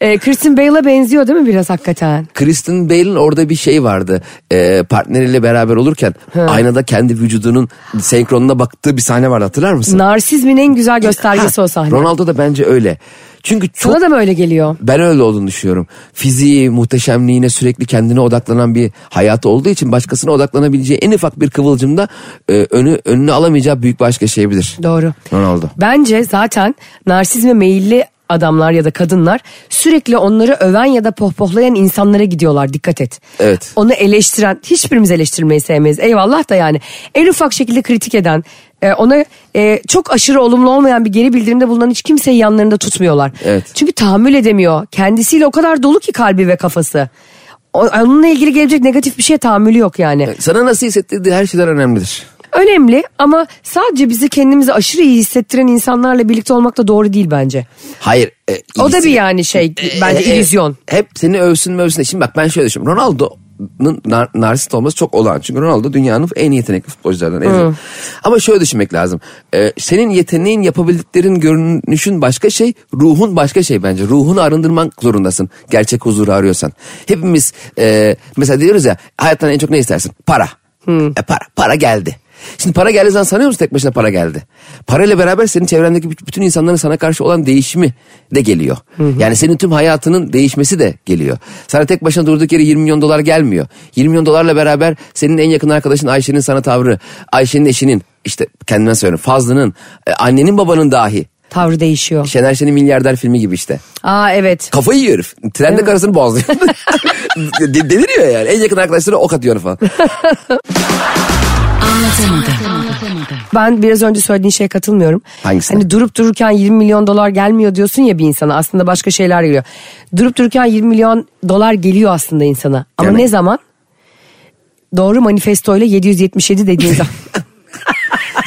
[SPEAKER 2] e, Kristen Bale'a benziyor değil mi biraz hakikaten?
[SPEAKER 3] Kristen Bale'in orada bir şey vardı. Ee, partneriyle beraber olurken aynada kendi vücudunun senkronuna baktığı bir sahne vardı hatırlar mısın?
[SPEAKER 2] Narsizmin en güzel göstergesi o sahne.
[SPEAKER 3] Ronaldo da bence öyle. Çünkü çok
[SPEAKER 2] Sana da böyle geliyor.
[SPEAKER 3] Ben öyle olduğunu düşünüyorum. Fiziği, muhteşemliğine sürekli kendine odaklanan bir hayatı olduğu için başkasına odaklanabileceği en ufak bir kıvılcımda e, önü önünü alamayacağı büyük bir aşk yaşayabilir.
[SPEAKER 2] Doğru.
[SPEAKER 3] Ronaldo.
[SPEAKER 2] Bence zaten narsizme meyilli adamlar ya da kadınlar sürekli onları öven ya da pohpohlayan insanlara gidiyorlar dikkat et.
[SPEAKER 3] Evet.
[SPEAKER 2] Onu eleştiren hiçbirimiz eleştirmeyi sevmeyiz eyvallah da yani en ufak şekilde kritik eden e, ona e, çok aşırı olumlu olmayan bir geri bildirimde bulunan hiç kimseyi yanlarında tutmuyorlar.
[SPEAKER 3] Evet.
[SPEAKER 2] Çünkü tahammül edemiyor kendisiyle o kadar dolu ki kalbi ve kafası. O- Onunla ilgili gelecek negatif bir şeye tahammülü yok yani.
[SPEAKER 3] Sana nasıl hissettirdiği her şeyden önemlidir.
[SPEAKER 2] Önemli ama sadece bizi kendimizi aşırı iyi hissettiren insanlarla birlikte olmak da doğru değil bence.
[SPEAKER 3] Hayır. e,
[SPEAKER 2] O da
[SPEAKER 3] iyisi-
[SPEAKER 2] bir yani şey
[SPEAKER 3] E,
[SPEAKER 2] bence
[SPEAKER 3] e, e,
[SPEAKER 2] illüzyon.
[SPEAKER 3] Hep seni övsün mövsün. Şimdi bak ben şöyle düşünüyorum. Ronaldo'nun nar- narsist olması çok olağan. Çünkü Ronaldo dünyanın en yetenekli futbolcularından. En iyi. Ama şöyle düşünmek lazım. E, senin yeteneğin, yapabildiklerin, görünüşün başka şey. Ruhun başka şey bence. Ruhunu arındırmak zorundasın. Gerçek huzuru arıyorsan. Hepimiz e, mesela diyoruz ya hayattan en çok ne istersin? Para. E, para. Para geldi. Şimdi para geldiği zaman sanıyor musun tek başına para geldi? Parayla beraber senin çevrendeki büt- bütün insanların sana karşı olan değişimi de geliyor. Yani senin tüm hayatının değişmesi de geliyor. Sana tek başına durduk yere 20 milyon dolar gelmiyor. 20 milyon dolarla beraber senin en yakın arkadaşın Ayşe'nin sana tavrı, Ayşe'nin eşinin işte kendime söylüyorum Fazlı'nın, e, annenin babanın dahi.
[SPEAKER 2] Tavrı değişiyor.
[SPEAKER 3] Şener Şen'in milyarder filmi gibi işte.
[SPEAKER 2] Aa evet.
[SPEAKER 3] Kafayı yiyor herif. Trende karısını boğazlıyor. De- Deliriyor yani. En yakın arkadaşlarına ok atıyor falan.
[SPEAKER 2] Ben biraz önce söylediğin şeye katılmıyorum.
[SPEAKER 3] Hangisine?
[SPEAKER 2] Hani durup dururken 20 milyon dolar gelmiyor diyorsun ya bir insana. Aslında başka şeyler geliyor. Durup dururken 20 milyon dolar geliyor aslında insana. Ama
[SPEAKER 3] Yani-
[SPEAKER 2] ne zaman? Doğru manifestoyla 777 dediğin zaman.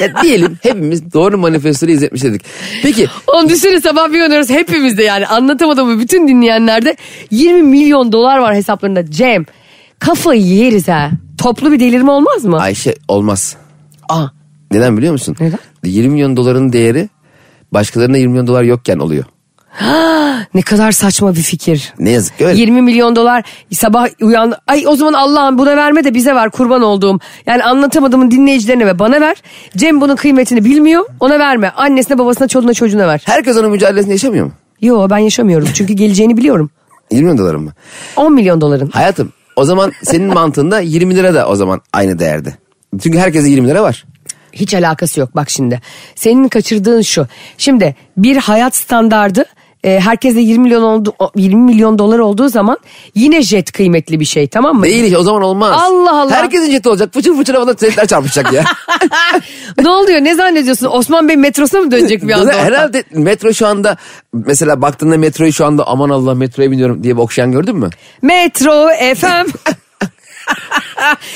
[SPEAKER 3] ya diyelim hepimiz doğru manifestoyu izletmiş dedik. Peki
[SPEAKER 2] Onu düşünün sabah bir uyanıyoruz hepimizde yani anlatamadığımı bütün dinleyenlerde 20 milyon dolar var hesaplarında. Cem kafayı yeriz ha. Toplu bir delirme olmaz mı? Ah,
[SPEAKER 3] Ayşe olmaz.
[SPEAKER 2] Aa.
[SPEAKER 3] Neden biliyor musun?
[SPEAKER 2] Neden?
[SPEAKER 3] 20 milyon doların değeri başkalarına 20 milyon dolar yokken oluyor.
[SPEAKER 2] Ne kadar saçma bir fikir.
[SPEAKER 3] Ne yazık ki öyle.
[SPEAKER 2] 20 milyon dolar sabah uyan ay o zaman Allah'ım buna verme de bize ver kurban olduğum. Yani anlatamadığımın dinleyicilerine ve bana ver. Cem bunun kıymetini bilmiyor ona verme. Annesine babasına çoluğuna çocuğuna ver.
[SPEAKER 3] Herkes onun mücadelesini yaşamıyor mu?
[SPEAKER 2] Yo ben yaşamıyorum çünkü geleceğini biliyorum.
[SPEAKER 3] 20 milyon doların mı?
[SPEAKER 2] 10 milyon doların.
[SPEAKER 3] Hayatım o zaman senin mantığında 20 lira da o zaman aynı değerde. Çünkü herkese 20 lira var.
[SPEAKER 2] Hiç alakası yok bak şimdi. Senin kaçırdığın şu. Şimdi bir hayat standardı e, herkese 20 milyon oldu o- 20 milyon dolar olduğu zaman yine jet kıymetli bir şey tamam mı?
[SPEAKER 3] Değil işte o zaman olmaz.
[SPEAKER 2] Allah Allah.
[SPEAKER 3] Herkesin jeti olacak. Fıçır fıçır havada setler çarpışacak ya.
[SPEAKER 2] ne oluyor? Ne zannediyorsun? Osman Bey metrosuna mı dönecek bir anda?
[SPEAKER 3] Herhalde metro şu anda mesela baktığında metroyu şu anda aman Allah metroya biniyorum diye bir okşayan gördün mü?
[SPEAKER 2] Metro FM.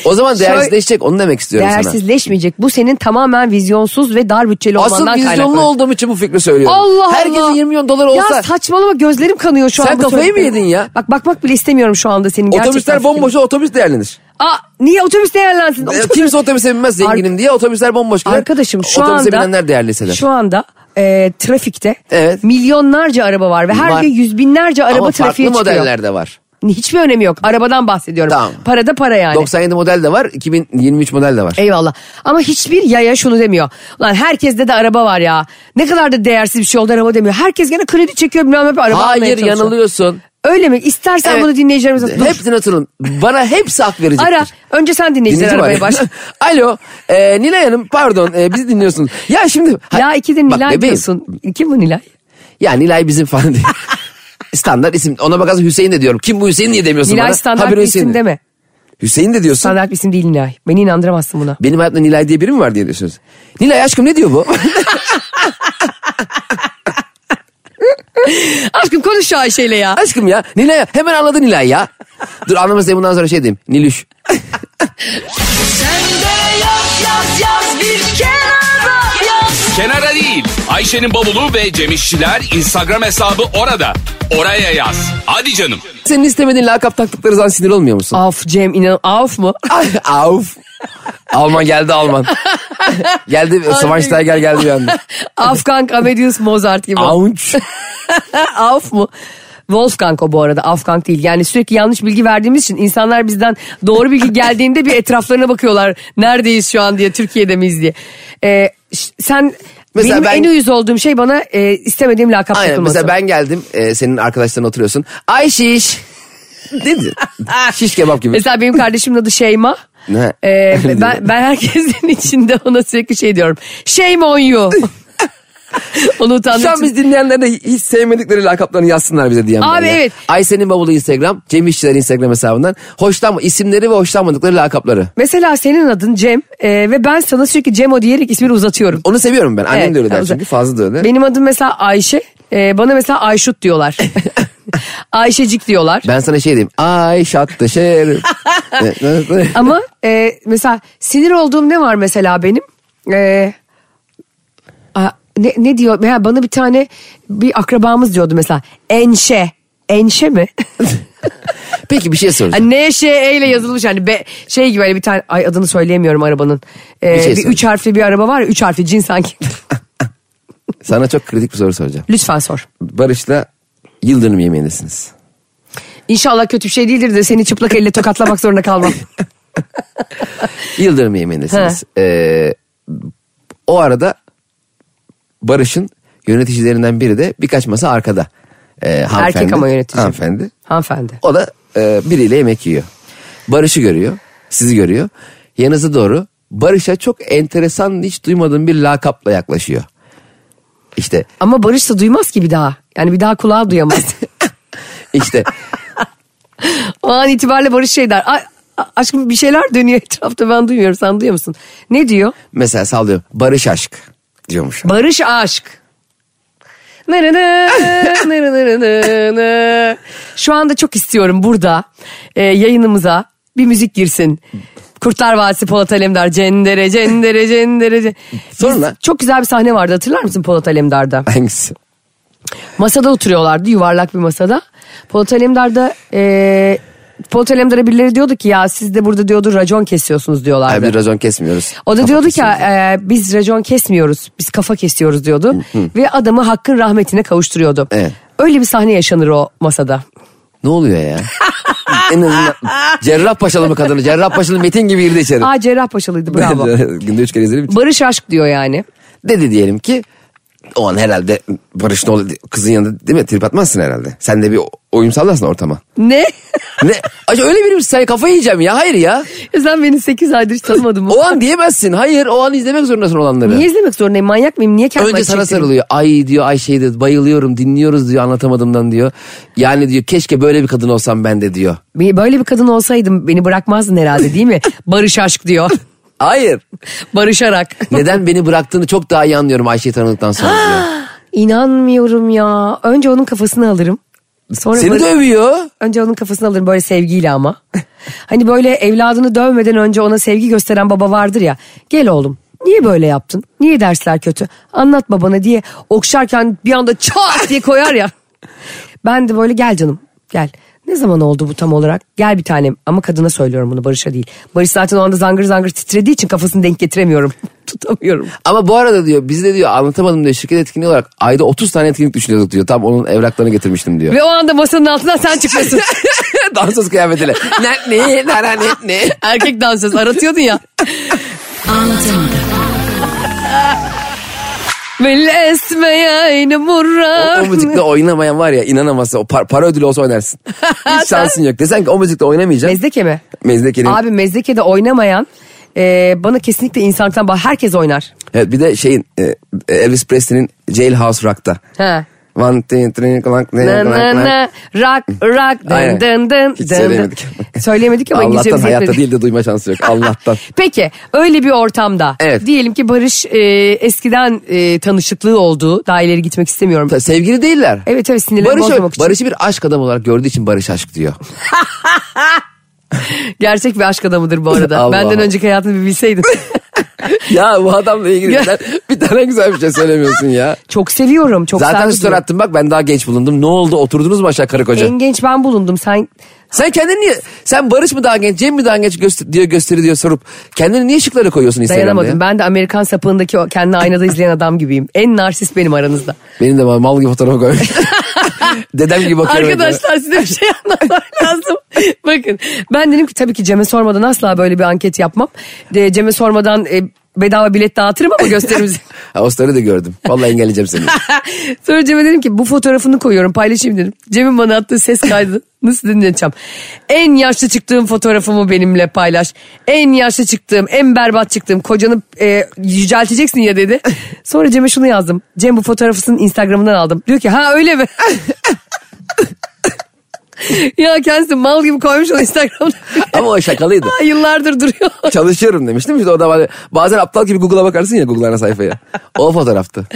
[SPEAKER 3] O zaman değersizleşecek onu demek istiyorum sana.
[SPEAKER 2] Değersizleşmeyecek. Bu senin tamamen vizyonsuz ve dar bütçeli
[SPEAKER 3] Asıl
[SPEAKER 2] olmandan
[SPEAKER 3] vizyonlu
[SPEAKER 2] kaynaklı.
[SPEAKER 3] olduğum için bu fikri söylüyorum.
[SPEAKER 2] Allah
[SPEAKER 3] Herkesin
[SPEAKER 2] Allah.
[SPEAKER 3] 20 milyon doları olsa
[SPEAKER 2] Ya saçmalama gözlerim kanıyor şu an.
[SPEAKER 3] Sen
[SPEAKER 2] bu
[SPEAKER 3] kafayı mı
[SPEAKER 2] söylediklerine.
[SPEAKER 3] yedin ya?
[SPEAKER 2] Bak bakmak bile istemiyorum şu anda senin gerçekten.
[SPEAKER 3] otobüsler
[SPEAKER 2] fikrin.
[SPEAKER 3] bomboş otobüs değerlenir.
[SPEAKER 2] Aa, niye otobüs değerlensin?
[SPEAKER 3] E, Kimse otobüse binmez zenginim diye otobüsler bomboş gider.
[SPEAKER 2] Arkadaşım şu
[SPEAKER 3] otobüse
[SPEAKER 2] anda
[SPEAKER 3] binenler değerli hisseder.
[SPEAKER 2] şu anda e, trafikte
[SPEAKER 3] Evet.
[SPEAKER 2] milyonlarca araba var ve her
[SPEAKER 3] Var.
[SPEAKER 2] gün yüz binlerce araba
[SPEAKER 3] Ama
[SPEAKER 2] trafiğe
[SPEAKER 3] farklı
[SPEAKER 2] çıkıyor.
[SPEAKER 3] modeller de var.
[SPEAKER 2] Hiçbir önemi yok. Arabadan bahsediyorum.
[SPEAKER 3] Tamam.
[SPEAKER 2] Para da para yani.
[SPEAKER 3] 97 model de var, 2023 model de var.
[SPEAKER 2] Eyvallah. Ama hiçbir yaya şunu demiyor. Lan herkeste de araba var ya. Ne kadar da değersiz bir şey oldu araba demiyor. Herkes gene kredi çekiyor bilmem hep araba almaya
[SPEAKER 3] Hayır
[SPEAKER 2] çalışıyor.
[SPEAKER 3] yanılıyorsun.
[SPEAKER 2] Öyle mi? İstersen
[SPEAKER 3] Evet.
[SPEAKER 2] bunu dinleyicilerimize... Dur.
[SPEAKER 3] Hepsini hatırlayın. Bana hepsi hak verecektir.
[SPEAKER 2] Ara. Önce sen dinleyiciler
[SPEAKER 3] Dinleyici var
[SPEAKER 2] arabaya
[SPEAKER 3] ya.
[SPEAKER 2] baş.
[SPEAKER 3] Alo. E, Nilay Hanım pardon e, bizi dinliyorsunuz. Ya şimdi.
[SPEAKER 2] ya iki de
[SPEAKER 3] Bak
[SPEAKER 2] Nilay
[SPEAKER 3] bebeğim,
[SPEAKER 2] diyorsun. Kim bu Nilay?
[SPEAKER 3] Ya Nilay bizim falan diye. Standart isim. Ona bakarsan Hüseyin de diyorum. Kim bu Hüseyin niye demiyorsun bana?
[SPEAKER 2] Nilay standart
[SPEAKER 3] Habire
[SPEAKER 2] bir
[SPEAKER 3] Hüseyin
[SPEAKER 2] isim
[SPEAKER 3] de.
[SPEAKER 2] deme.
[SPEAKER 3] Hüseyin de diyorsun.
[SPEAKER 2] Standart bir isim değil Nilay. Beni inandıramazsın buna.
[SPEAKER 3] Benim hayatımda Nilay diye biri mi var diye diyorsunuz. Nilay aşkım ne diyor bu?
[SPEAKER 2] Aşkım konuş şu Ayşe'yle ya.
[SPEAKER 3] aşkım ya. Nilay hemen anladı Nilay ya. Dur anlamasın bundan sonra şey diyeyim. Nilüş.
[SPEAKER 1] Kenara değil. Ayşe'nin bavulu ve Cemişçiler Instagram hesabı orada. Oraya yaz. Hadi canım.
[SPEAKER 3] Senin istemediğin lakap taktıkları zaman sinir olmuyor musun?
[SPEAKER 2] Af Cem inan af mı?
[SPEAKER 3] Ay, Auf. Alman geldi Alman. geldi Savaş Tiger geldi bir anda.
[SPEAKER 2] Afgan Amadeus Mozart gibi.
[SPEAKER 3] Aunç.
[SPEAKER 2] Af mı? Wolfgang o bu arada Afgang değil. Yani sürekli yanlış bilgi verdiğimiz için insanlar bizden doğru bilgi geldiğinde bir etraflarına bakıyorlar. Neredeyiz şu an diye Türkiye'de miyiz diye. Ee, ş- sen
[SPEAKER 3] Mesela
[SPEAKER 2] benim
[SPEAKER 3] ben-
[SPEAKER 2] en uyuz olduğum şey bana e, istemediğim lakap
[SPEAKER 3] Aynen
[SPEAKER 2] takılması.
[SPEAKER 3] mesela ben geldim e, senin arkadaşların oturuyorsun. Ay şiş. Dedi.
[SPEAKER 2] Ah,
[SPEAKER 3] şiş kebap gibi.
[SPEAKER 2] Mesela benim kardeşimin adı Şeyma.
[SPEAKER 3] Ne?
[SPEAKER 2] Ee, ben, ben herkesin içinde ona sürekli şey diyorum. Shame on you. Onu utandığım
[SPEAKER 3] Şu an
[SPEAKER 2] için-
[SPEAKER 3] biz dinleyenler de hiç sevmedikleri lakaplarını yazsınlar bize diyen var
[SPEAKER 2] Abi
[SPEAKER 3] ya.
[SPEAKER 2] evet.
[SPEAKER 3] Ayşe'nin bavulu Instagram, Cem İşçiler Instagram hesabından. Hoşlanma isimleri ve hoşlanmadıkları lakapları.
[SPEAKER 2] Mesela senin adın Cem e, ve ben sana sürekli Cemo diyerek ismini uzatıyorum.
[SPEAKER 3] Onu seviyorum ben. Annem
[SPEAKER 2] Evet,
[SPEAKER 3] de öyle der
[SPEAKER 2] tamam.
[SPEAKER 3] çünkü. Fazla da öyle.
[SPEAKER 2] Benim adım mesela Ayşe. e, bana mesela Ayşut diyorlar. Ayşecik diyorlar.
[SPEAKER 3] Ben sana şey diyeyim. Ay şat dışarı.
[SPEAKER 2] Ama e, mesela sinir olduğum ne var mesela benim? E, a- ne, ne diyor? Ya bana bir tane bir akrabamız diyordu mesela. Enşe. Enşe mi?
[SPEAKER 3] Peki bir şey soracağım.
[SPEAKER 2] Hani neşe E ile yazılmış hani be, şey gibi hani bir tane ay adını söyleyemiyorum arabanın. E,
[SPEAKER 3] Bir
[SPEAKER 2] bir,
[SPEAKER 3] şey söyle.
[SPEAKER 2] üç harfli bir araba var ya üç harfli cin sanki.
[SPEAKER 3] Sana çok kritik bir soru soracağım.
[SPEAKER 2] Lütfen sor.
[SPEAKER 3] Barış'la Yıldırım yemeğindesiniz.
[SPEAKER 2] İnşallah kötü bir şey değildir de seni çıplak elle tokatlamak zorunda kalmam.
[SPEAKER 3] Yıldırım yemeğindesiniz. Ee, o arada Barış'ın yöneticilerinden biri de birkaç masa arkada. Ee, hanımefendi,
[SPEAKER 2] ama yönetici.
[SPEAKER 3] Hanımefendi.
[SPEAKER 2] Hanımefendi.
[SPEAKER 3] O da e, biriyle yemek yiyor. Barış'ı görüyor. Sizi görüyor. Yanınıza doğru Barış'a çok enteresan hiç duymadığım bir lakapla yaklaşıyor. İşte
[SPEAKER 2] Ama Barış da duymaz ki bir daha. Yani bir daha kulağı duyamaz.
[SPEAKER 3] işte
[SPEAKER 2] o an itibariyle Barış şey der. "Ay, a- aşkım bir şeyler dönüyor etrafta ben duymuyorum sen duyuyor musun? Ne diyor?
[SPEAKER 3] mesela sallıyorum Barış aşk diyormuş.
[SPEAKER 2] Barış aşk. Nırı nı, nırı nırı nı nı. Şu anda çok istiyorum burada e, yayınımıza bir müzik girsin. Kurtlar Vadisi Polat Alemdar cendere cendere cendere. cen-
[SPEAKER 3] Sonra?
[SPEAKER 2] Biz- Çok güzel bir sahne vardı hatırlar mısın Polat Alemdar'da?
[SPEAKER 3] Hangisi?
[SPEAKER 2] Masada oturuyorlardı yuvarlak bir masada. Polat Alemdar'da e, Polat Alemdar'a birileri diyordu ki ya siz de burada diyordu racon kesiyorsunuz
[SPEAKER 3] Abi
[SPEAKER 2] diyorlardı.
[SPEAKER 3] bir racon kesmiyoruz.
[SPEAKER 2] O da
[SPEAKER 3] Kafa
[SPEAKER 2] diyordu ki
[SPEAKER 3] kesiyoruz.
[SPEAKER 2] "E, biz racon kesmiyoruz biz kafa kesiyoruz diyordu. Ve adamı hakkın rahmetine kavuşturuyordu.
[SPEAKER 3] Evet.
[SPEAKER 2] Öyle bir sahne yaşanır o masada.
[SPEAKER 3] Ne oluyor ya? en azından Cerrahpaşalı mı kadını? Cerrahpaşalı Metin gibi girdi içeri.
[SPEAKER 2] Aa Cerrahpaşalıydı bravo.
[SPEAKER 3] Günde üç kere izledim.
[SPEAKER 2] Barış Aşk diyor yani.
[SPEAKER 3] Dedi diyelim ki o an herhalde Barış ne oldu? Kızın yanında değil mi? Trip atmazsın herhalde. Sen de bir oyun sallarsın ortama.
[SPEAKER 2] Ne?
[SPEAKER 3] Ne? Ay öyle biri misin? Sen kafayı yiyeceğim ya. Hayır ya.
[SPEAKER 2] Ya Sen beni 8 aydır hiç tanımadın mı?
[SPEAKER 3] O an diyemezsin. Hayır o an izlemek zorundasın olanları.
[SPEAKER 2] Niye izlemek zorundayım manyak mıyım? Niye kendime
[SPEAKER 3] Önce sana
[SPEAKER 2] çektireyim?
[SPEAKER 3] sarılıyor. Ay diyor ay şey diyor bayılıyorum dinliyoruz diyor anlatamadığımdan diyor. Yani diyor keşke böyle bir kadın olsam ben de diyor.
[SPEAKER 2] Bir- Böyle bir kadın olsaydım beni bırakmazdın herhalde değil mi? Barış aşk diyor.
[SPEAKER 3] Hayır.
[SPEAKER 2] Barışarak.
[SPEAKER 3] Neden beni bıraktığını çok daha iyi anlıyorum Ayşe'yi tanıdıktan sonra diyor.
[SPEAKER 2] İnanmıyorum ya. Önce onun kafasını alırım. Sonra
[SPEAKER 3] Seni
[SPEAKER 2] böyle-
[SPEAKER 3] de övüyor.
[SPEAKER 2] Önce onun kafasını alırım böyle sevgiyle ama. hani böyle evladını dövmeden önce ona sevgi gösteren baba vardır ya. Gel oğlum niye böyle yaptın? Niye dersler kötü? Anlat babana diye okşarken bir anda çat diye koyar ya. Ben de böyle gel canım gel. Ne zaman oldu bu tam olarak? Gel bir tanem ama kadına söylüyorum bunu Barış'a değil. Barış zaten o anda zangır zangır titrediği için kafasını denk getiremiyorum. Tutamıyorum.
[SPEAKER 3] Ama bu arada diyor biz de diyor anlatamadım diyor şirket etkinliği olarak ayda 30 tane etkinlik düşünüyorduk diyor. Tam onun evraklarını getirmiştim diyor.
[SPEAKER 2] Ve o anda masanın altından sen çıkıyorsun.
[SPEAKER 3] Dansöz kıyafetiyle. ne ne ne ne ne.
[SPEAKER 2] Erkek dansöz aratıyordun ya. Belli esmeyeyni
[SPEAKER 3] O,
[SPEAKER 2] murra.
[SPEAKER 3] o müzikle oynamayan var ya inanamazsın. O par- para ödülü olsa oynarsın. Hiç şansın yok. Desen ki o müzikle oynamayacaksın.
[SPEAKER 2] Mezdeke mi?
[SPEAKER 3] Mezdeke'nin.
[SPEAKER 2] Abi Mezdeke'de oynamayan e, bana kesinlikle insanlıktan bah herkes oynar.
[SPEAKER 3] Evet, bir de şeyin e, Elvis Presley'nin Jailhouse Rock'ta.
[SPEAKER 2] Ha.
[SPEAKER 3] One, two, three, clank, clank,
[SPEAKER 2] Na,
[SPEAKER 3] clank,
[SPEAKER 2] na,
[SPEAKER 3] clank.
[SPEAKER 2] na, rock, rock, dın,
[SPEAKER 3] Aynen.
[SPEAKER 2] dın, dın,
[SPEAKER 3] Hiç
[SPEAKER 2] dın, dın.
[SPEAKER 3] söyleyemedik.
[SPEAKER 2] Söyleyemedik ama İngilizce
[SPEAKER 3] Allah'tan
[SPEAKER 2] bizi
[SPEAKER 3] hayatta
[SPEAKER 2] yetmedi.
[SPEAKER 3] değil de duyma şansı yok. Allah'tan.
[SPEAKER 2] Peki öyle bir ortamda
[SPEAKER 3] Evet.
[SPEAKER 2] diyelim ki Barış e, eskiden e, tanışıklığı olduğu daha ileri gitmek istemiyorum.
[SPEAKER 3] Ta- Sevgili değiller.
[SPEAKER 2] Evet evet sinirlerimi
[SPEAKER 3] Barış,
[SPEAKER 2] bozmamak için.
[SPEAKER 3] Barış'ı bir aşk adam olarak gördüğü için Barış aşk diyor.
[SPEAKER 2] Gerçek bir aşk adamıdır bu arada.
[SPEAKER 3] Allah.
[SPEAKER 2] Benden önceki hayatını bir bilseydim.
[SPEAKER 3] ya bu adamla ilgili
[SPEAKER 2] Ya.
[SPEAKER 3] sen bir tane güzel bir şey söylemiyorsun ya.
[SPEAKER 2] çok seviyorum. Çok
[SPEAKER 3] Zaten
[SPEAKER 2] saygı
[SPEAKER 3] story
[SPEAKER 2] duyuyorum.
[SPEAKER 3] attım bak ben daha genç bulundum. Ne oldu oturdunuz mu aşağı karı koca?
[SPEAKER 2] En genç ben bulundum. Sen
[SPEAKER 3] Sen kendini niye sen Barış mı daha genç Cem mi daha genç göster diyor gösteri diyor sorup kendini niye şıklara koyuyorsun Instagram'da
[SPEAKER 2] dayanamadım.
[SPEAKER 3] ya?
[SPEAKER 2] Ben de Amerikan sapığındaki o kendini aynada izleyen adam gibiyim. En narsist benim aranızda.
[SPEAKER 3] Benim de mal- mal gibi fotoğrafı koymuş. Dedem gibi bakıyorum.
[SPEAKER 2] Arkadaşlar size bir şey anlatmam lazım. Bakın ben dedim ki tabii ki Cem'e sormadan asla böyle bir anket yapmam. De, Cem'e sormadan e, bedava bilet dağıtırım ama gösterimizi.
[SPEAKER 3] Ha, o story de gördüm. Vallahi engelleyeceğim seni.
[SPEAKER 2] Sonra Cem'e dedim ki bu fotoğrafını koyuyorum paylaşayım dedim. Cem'in bana attığı ses kaydı nasıl dinleyeceğim? En yaşlı çıktığım fotoğrafımı benimle paylaş. En yaşlı çıktığım, en berbat çıktığım kocanı e, yücelteceksin ya dedi. Sonra Cem'e şunu yazdım. Cem bu fotoğrafısının Instagram'ından aldım. Diyor ki ha öyle mi? ya kendisi mal gibi koymuş onu Instagram'da.
[SPEAKER 3] Ama o şakalıydı.
[SPEAKER 2] Yıllardır duruyor.
[SPEAKER 3] Çalışıyorum demiştim. İşte orada bari- bazen aptal gibi Google'a bakarsın ya Google ana sayfaya. O fotoğraftı.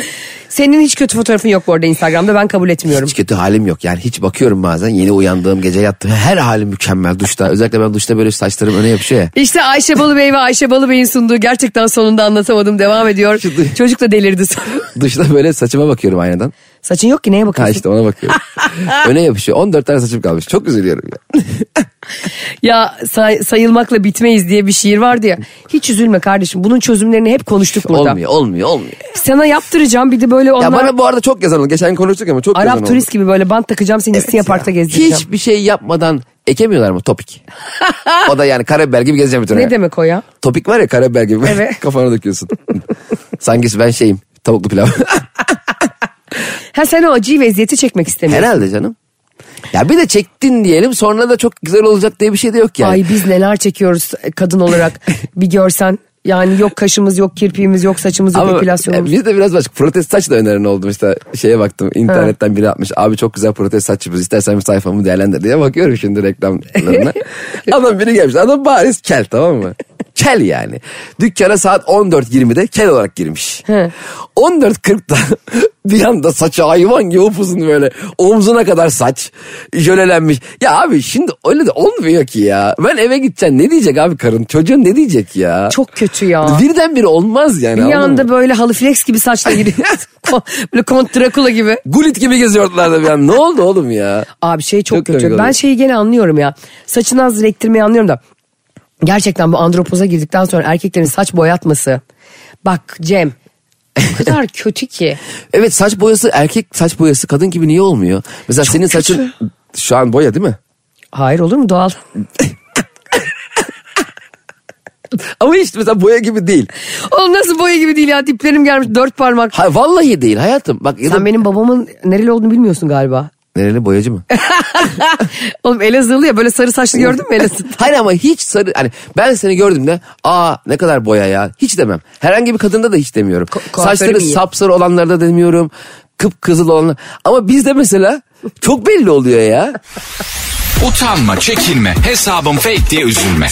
[SPEAKER 2] Senin hiç kötü fotoğrafın yok bu arada Instagram'da ben kabul etmiyorum.
[SPEAKER 3] Hiç kötü halim yok yani hiç bakıyorum bazen yeni uyandığım gece yattım her halim mükemmel duşta özellikle ben duşta böyle saçlarım öne yapışıyor ya.
[SPEAKER 2] İşte Ayşe Balıbey ve Ayşe Balıbey'in sunduğu gerçekten sonunda anlatamadım devam ediyor. Çocuk da delirdi.
[SPEAKER 3] Duşta böyle saçıma bakıyorum aynadan
[SPEAKER 2] Saçın yok ki neye
[SPEAKER 3] ha
[SPEAKER 2] bakıyorsun?
[SPEAKER 3] işte ona bakıyorum öne yapışıyor 14 tane saçım kalmış çok üzülüyorum ya.
[SPEAKER 2] Ya say- sayılmakla bitmeyiz diye bir şiir vardı ya. Hiç üzülme kardeşim bunun çözümlerini hep konuştuk burada.
[SPEAKER 3] olmuyor olmuyor olmuyor
[SPEAKER 2] Sana yaptıracağım bir de böyle onlar
[SPEAKER 3] ya bana bu arada çok yazan oldu geçen gün konuştuk ama çok yazan
[SPEAKER 2] Arap
[SPEAKER 3] oldu.
[SPEAKER 2] turist gibi böyle bant takacağım seni İstinye
[SPEAKER 3] Ya,
[SPEAKER 2] Park'ta gezdireceğim.
[SPEAKER 3] hiçbir şey yapmadan ekemiyorlar mı topik o da yani karabiber gibi gezeceğim bütün
[SPEAKER 2] Ne
[SPEAKER 3] hayat.
[SPEAKER 2] demek o ya?
[SPEAKER 3] topik var ya karabiber gibi
[SPEAKER 2] Evet.
[SPEAKER 3] kafana döküyorsun sanki ben şeyim tavuklu pilav
[SPEAKER 2] Ha sen o acıyı ve eziyeti çekmek istemiyorsun.
[SPEAKER 3] Herhalde canım. Ya bir de çektin diyelim sonra da çok güzel olacak diye bir şey de yok yani.
[SPEAKER 2] Ay biz neler çekiyoruz e, kadın olarak bir görsen. Yani yok kaşımız yok kirpiğimiz yok saçımız yok epilasyonumuz.
[SPEAKER 3] e, biz de biraz başka protest saç da önerin oldu işte şeye baktım internetten biri atmış abi çok güzel protest saç yapıyoruz istersen bir sayfamı değerlendir diye bakıyorum şimdi reklamlarına. adam biri gelmiş adam bariz kel tamam mı? Kel yani. Dükkana saat 14.20'de kel olarak girmiş. 14.40'da bir anda saçı hayvan gibi upuzun böyle omzuna kadar saç jölelenmiş. Ya abi şimdi öyle de olmuyor ki ya. Ben eve gideceğim ne diyecek abi karın çocuğun ne diyecek ya?
[SPEAKER 2] Çok kötü ya.
[SPEAKER 3] Birden biri olmaz yani.
[SPEAKER 2] Bir
[SPEAKER 3] anladın
[SPEAKER 2] anda
[SPEAKER 3] mı?
[SPEAKER 2] böyle halı flex gibi saçla giriyor. Ko- böyle Kont Drakula gibi.
[SPEAKER 3] Gulit gibi geziyordular da bir an. Ne oldu oğlum ya?
[SPEAKER 2] Abi şey çok,
[SPEAKER 3] Çok komik
[SPEAKER 2] kötü.
[SPEAKER 3] oluyor.
[SPEAKER 2] Ben şeyi gene anlıyorum ya. Saçını az ektirmeyi anlıyorum da. Gerçekten bu andropoza girdikten sonra erkeklerin saç boyatması. Bak Cem o kadar kötü ki.
[SPEAKER 3] Evet saç boyası erkek saç boyası kadın gibi niye olmuyor? Mesela senin saçın şu an boya değil mi?
[SPEAKER 2] Hayır olur mu doğal?
[SPEAKER 3] Ama hiç mesela boya gibi değil.
[SPEAKER 2] Oğlum nasıl boya gibi değil ya diplerim gelmiş dört parmak.
[SPEAKER 3] Ha, vallahi değil hayatım. Bak ya da
[SPEAKER 2] Sen benim babamın nereli olduğunu bilmiyorsun galiba.
[SPEAKER 3] Nereli boyacı mı?
[SPEAKER 2] Oğlum Elazığlı ya böyle sarı saçlı gördün mü Elazığ?
[SPEAKER 3] Hayır ama hiç sarı hani ben seni gördüğümde aa ne kadar boya ya hiç demem. Herhangi bir kadında da hiç demiyorum.
[SPEAKER 2] kuaförüm
[SPEAKER 3] Saçları
[SPEAKER 2] iyi.
[SPEAKER 3] sapsarı olanlarda da demiyorum. Kıpkızıl olanlar. Ama bizde mesela çok belli oluyor ya.
[SPEAKER 1] Utanma, çekinme, hesabım fake diye üzülme.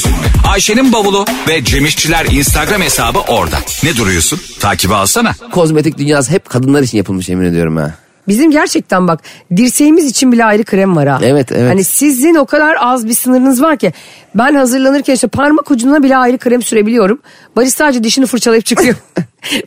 [SPEAKER 1] Ayşe'nin bavulu ve Cemişçiler Instagram hesabı orada. Ne duruyorsun? Takibi alsana.
[SPEAKER 3] Kozmetik dünyası hep kadınlar için yapılmış emin ediyorum ha.
[SPEAKER 2] Bizim gerçekten bak dirseğimiz için bile ayrı krem var ha.
[SPEAKER 3] Evet, evet.
[SPEAKER 2] Hani sizin o kadar az bir sınırınız var ki ben hazırlanırken işte parmak ucuna bile ayrı krem sürebiliyorum. Barış sadece dişini fırçalayıp çıkıyor.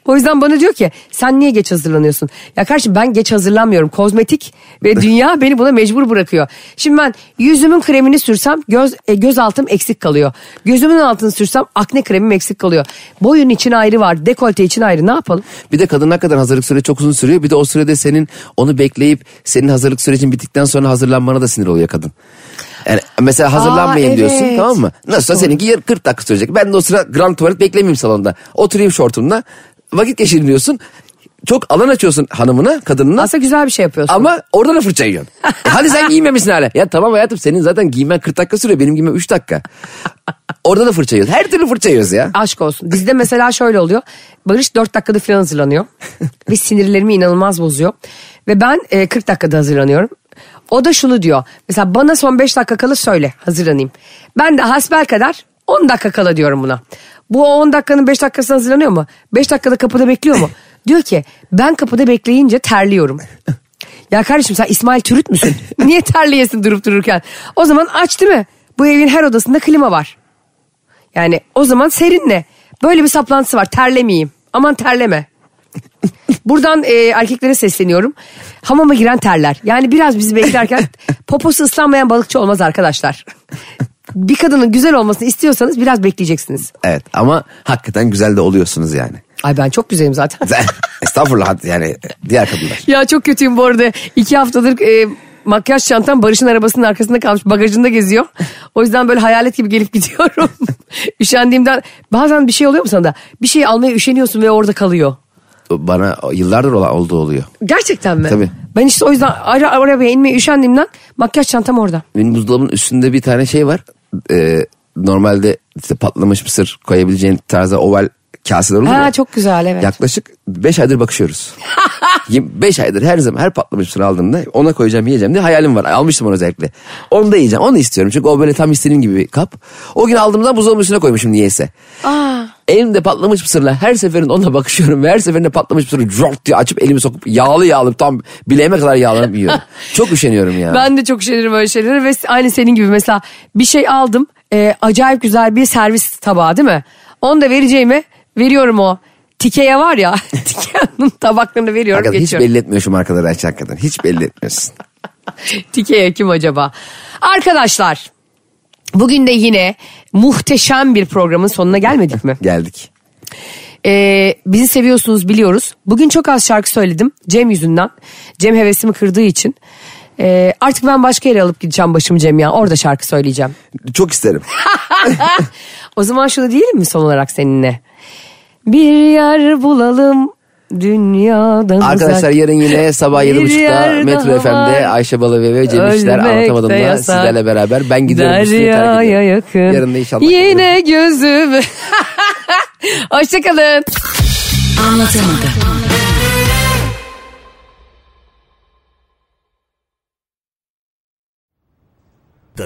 [SPEAKER 2] o yüzden bana diyor ki sen niye geç hazırlanıyorsun? Ya kardeşim ben geç hazırlanmıyorum. Kozmetik ve dünya beni buna mecbur bırakıyor. Şimdi ben yüzümün kremini sürsem göz e, göz altım eksik kalıyor. Gözümün altını sürsem akne kremim eksik kalıyor. Boyun için ayrı var, dekolte için ayrı. Ne yapalım?
[SPEAKER 3] Bir de kadın hakikaten hazırlık süreci çok uzun sürüyor. Bir de o sürede senin onu bekleyip senin hazırlık sürecin bittikten sonra hazırlanmana da sinir oluyor kadın. Yani mesela hazırlanmayayım
[SPEAKER 2] Aa,
[SPEAKER 3] diyorsun
[SPEAKER 2] evet.
[SPEAKER 3] tamam mı? Nasılsa seninki yar- 40 dakika sürecek. Ben de o sıra grand tuvalet beklemeyeyim salonda. Oturayım şortumla. Vakit geçireyim diyorsun. Çok alan açıyorsun hanımına, kadınına.
[SPEAKER 2] Aslında güzel bir şey yapıyorsun.
[SPEAKER 3] Ama orada da fırça yiyorsun. E hadi sen giymemişsin hala. Ya tamam hayatım senin zaten giymen 40 dakika sürüyor. Benim giymem 3 dakika. Orada da fırça yiyoruz. Her türlü fırça yiyoruz ya.
[SPEAKER 2] Aşk olsun. Bizde mesela şöyle oluyor. Barış 4 dakikada falan hazırlanıyor. Ve sinirlerimi inanılmaz bozuyor. Ve ben e, 40 dakikada hazırlanıyorum. O da şunu diyor. Mesela bana son 5 dakika kala söyle hazırlanayım. Ben de hasbel kadar 10 dakika kala diyorum buna. Bu o 10 dakikanın 5 dakikasına hazırlanıyor mu? 5 dakikada kapıda bekliyor mu? diyor ki ben kapıda bekleyince terliyorum. Ya kardeşim sen İsmail Türüt müsün? Niye terleyesin durup dururken? O zaman aç değil mi? Bu evin her odasında klima var. Yani o zaman serinle. Böyle bir saplantısı var. Terlemeyeyim. Aman terleme. Buradan e, erkeklere sesleniyorum. Hamama giren terler. Yani biraz bizi beklerken poposu ıslanmayan balıkçı olmaz arkadaşlar. Bir kadının güzel olmasını istiyorsanız biraz bekleyeceksiniz.
[SPEAKER 3] Evet ama hakikaten güzel de oluyorsunuz yani.
[SPEAKER 2] Ay ben çok güzelim zaten.
[SPEAKER 3] Sen- Estağfurullah yani diğer kadınlar.
[SPEAKER 2] ya çok kötüyüm bu arada. İki haftadır e, makyaj çantam Barış'ın arabasının arkasında kalmış. Bagajında geziyor. O yüzden böyle hayalet gibi gelip gidiyorum. Üşendiğimden bazen bir şey oluyor mu sana da? Bir şey almaya üşeniyorsun ve orada kalıyor.
[SPEAKER 3] Bana yıllardır olan oldu oluyor.
[SPEAKER 2] Gerçekten mi?
[SPEAKER 3] Tabii.
[SPEAKER 2] Ben işte o yüzden ara arabaya inmeye üşendiğimden makyaj çantam orada.
[SPEAKER 3] Benim buzdolabının üstünde bir tane şey var. Ee, normalde işte patlamış mısır koyabileceğin tarzda oval kaseler olur
[SPEAKER 2] Ha
[SPEAKER 3] ya.
[SPEAKER 2] çok güzel evet.
[SPEAKER 3] Yaklaşık 5 aydır bakışıyoruz. 5 aydır her zaman her patlamış mısır aldığımda ona koyacağım yiyeceğim diye hayalim var. Almıştım onu özellikle. Onu da yiyeceğim onu istiyorum. Çünkü o böyle tam istediğim gibi bir kap. O gün aldığımda buzdolabının üstüne koymuşum niyeyse.
[SPEAKER 2] Aa.
[SPEAKER 3] Elimde patlamış mısırla her seferinde onunla bakışıyorum ve her seferinde patlamış mısırı drop diye açıp elimi sokup yağlı yağlı tam bileğime kadar yağlanıp yiyorum. Çok üşeniyorum ya.
[SPEAKER 2] Ben de çok üşenirim öyle şeylere ve aynı senin gibi mesela bir şey aldım e, acayip güzel bir servis tabağı değil mi? Onu da vereceğime veriyorum o. Tikeye var ya Tikeye'nin tabaklarını veriyorum
[SPEAKER 3] Hakikaten hiç
[SPEAKER 2] geçiyorum.
[SPEAKER 3] belli etmiyor şu markaları açan hakikaten. Hiç belli etmiyorsun.
[SPEAKER 2] Tikeye kim acaba? Arkadaşlar bugün de yine muhteşem bir programın sonuna gelmedik mi?
[SPEAKER 3] Geldik.
[SPEAKER 2] Ee, bizi seviyorsunuz biliyoruz. Bugün çok az şarkı söyledim Cem yüzünden. Cem hevesimi kırdığı için. Ee, artık ben başka yere alıp gideceğim başımı Cem ya. Orada şarkı söyleyeceğim.
[SPEAKER 3] Çok isterim.
[SPEAKER 2] O zaman şunu diyelim mi son olarak seninle? Bir yer bulalım dünyadan
[SPEAKER 3] Arkadaşlar
[SPEAKER 2] uzak.
[SPEAKER 3] yarın yine sabah
[SPEAKER 2] Bir
[SPEAKER 3] 7.30'da
[SPEAKER 2] yer
[SPEAKER 3] Metro
[SPEAKER 2] daha
[SPEAKER 3] FM'de
[SPEAKER 2] var.
[SPEAKER 3] Ayşe Balı ve Cem İşler
[SPEAKER 2] Ölmek de
[SPEAKER 3] anlatamadığımda
[SPEAKER 2] yasak.
[SPEAKER 3] sizlerle beraber ben gidiyorum. bu stüdyoyu terk
[SPEAKER 2] Deryaya
[SPEAKER 3] ediyorum.
[SPEAKER 2] yakın.
[SPEAKER 3] Yarın da inşallah.
[SPEAKER 2] Yine gözüm. Hoşçakalın.
[SPEAKER 4] Anlatamadım.
[SPEAKER 5] The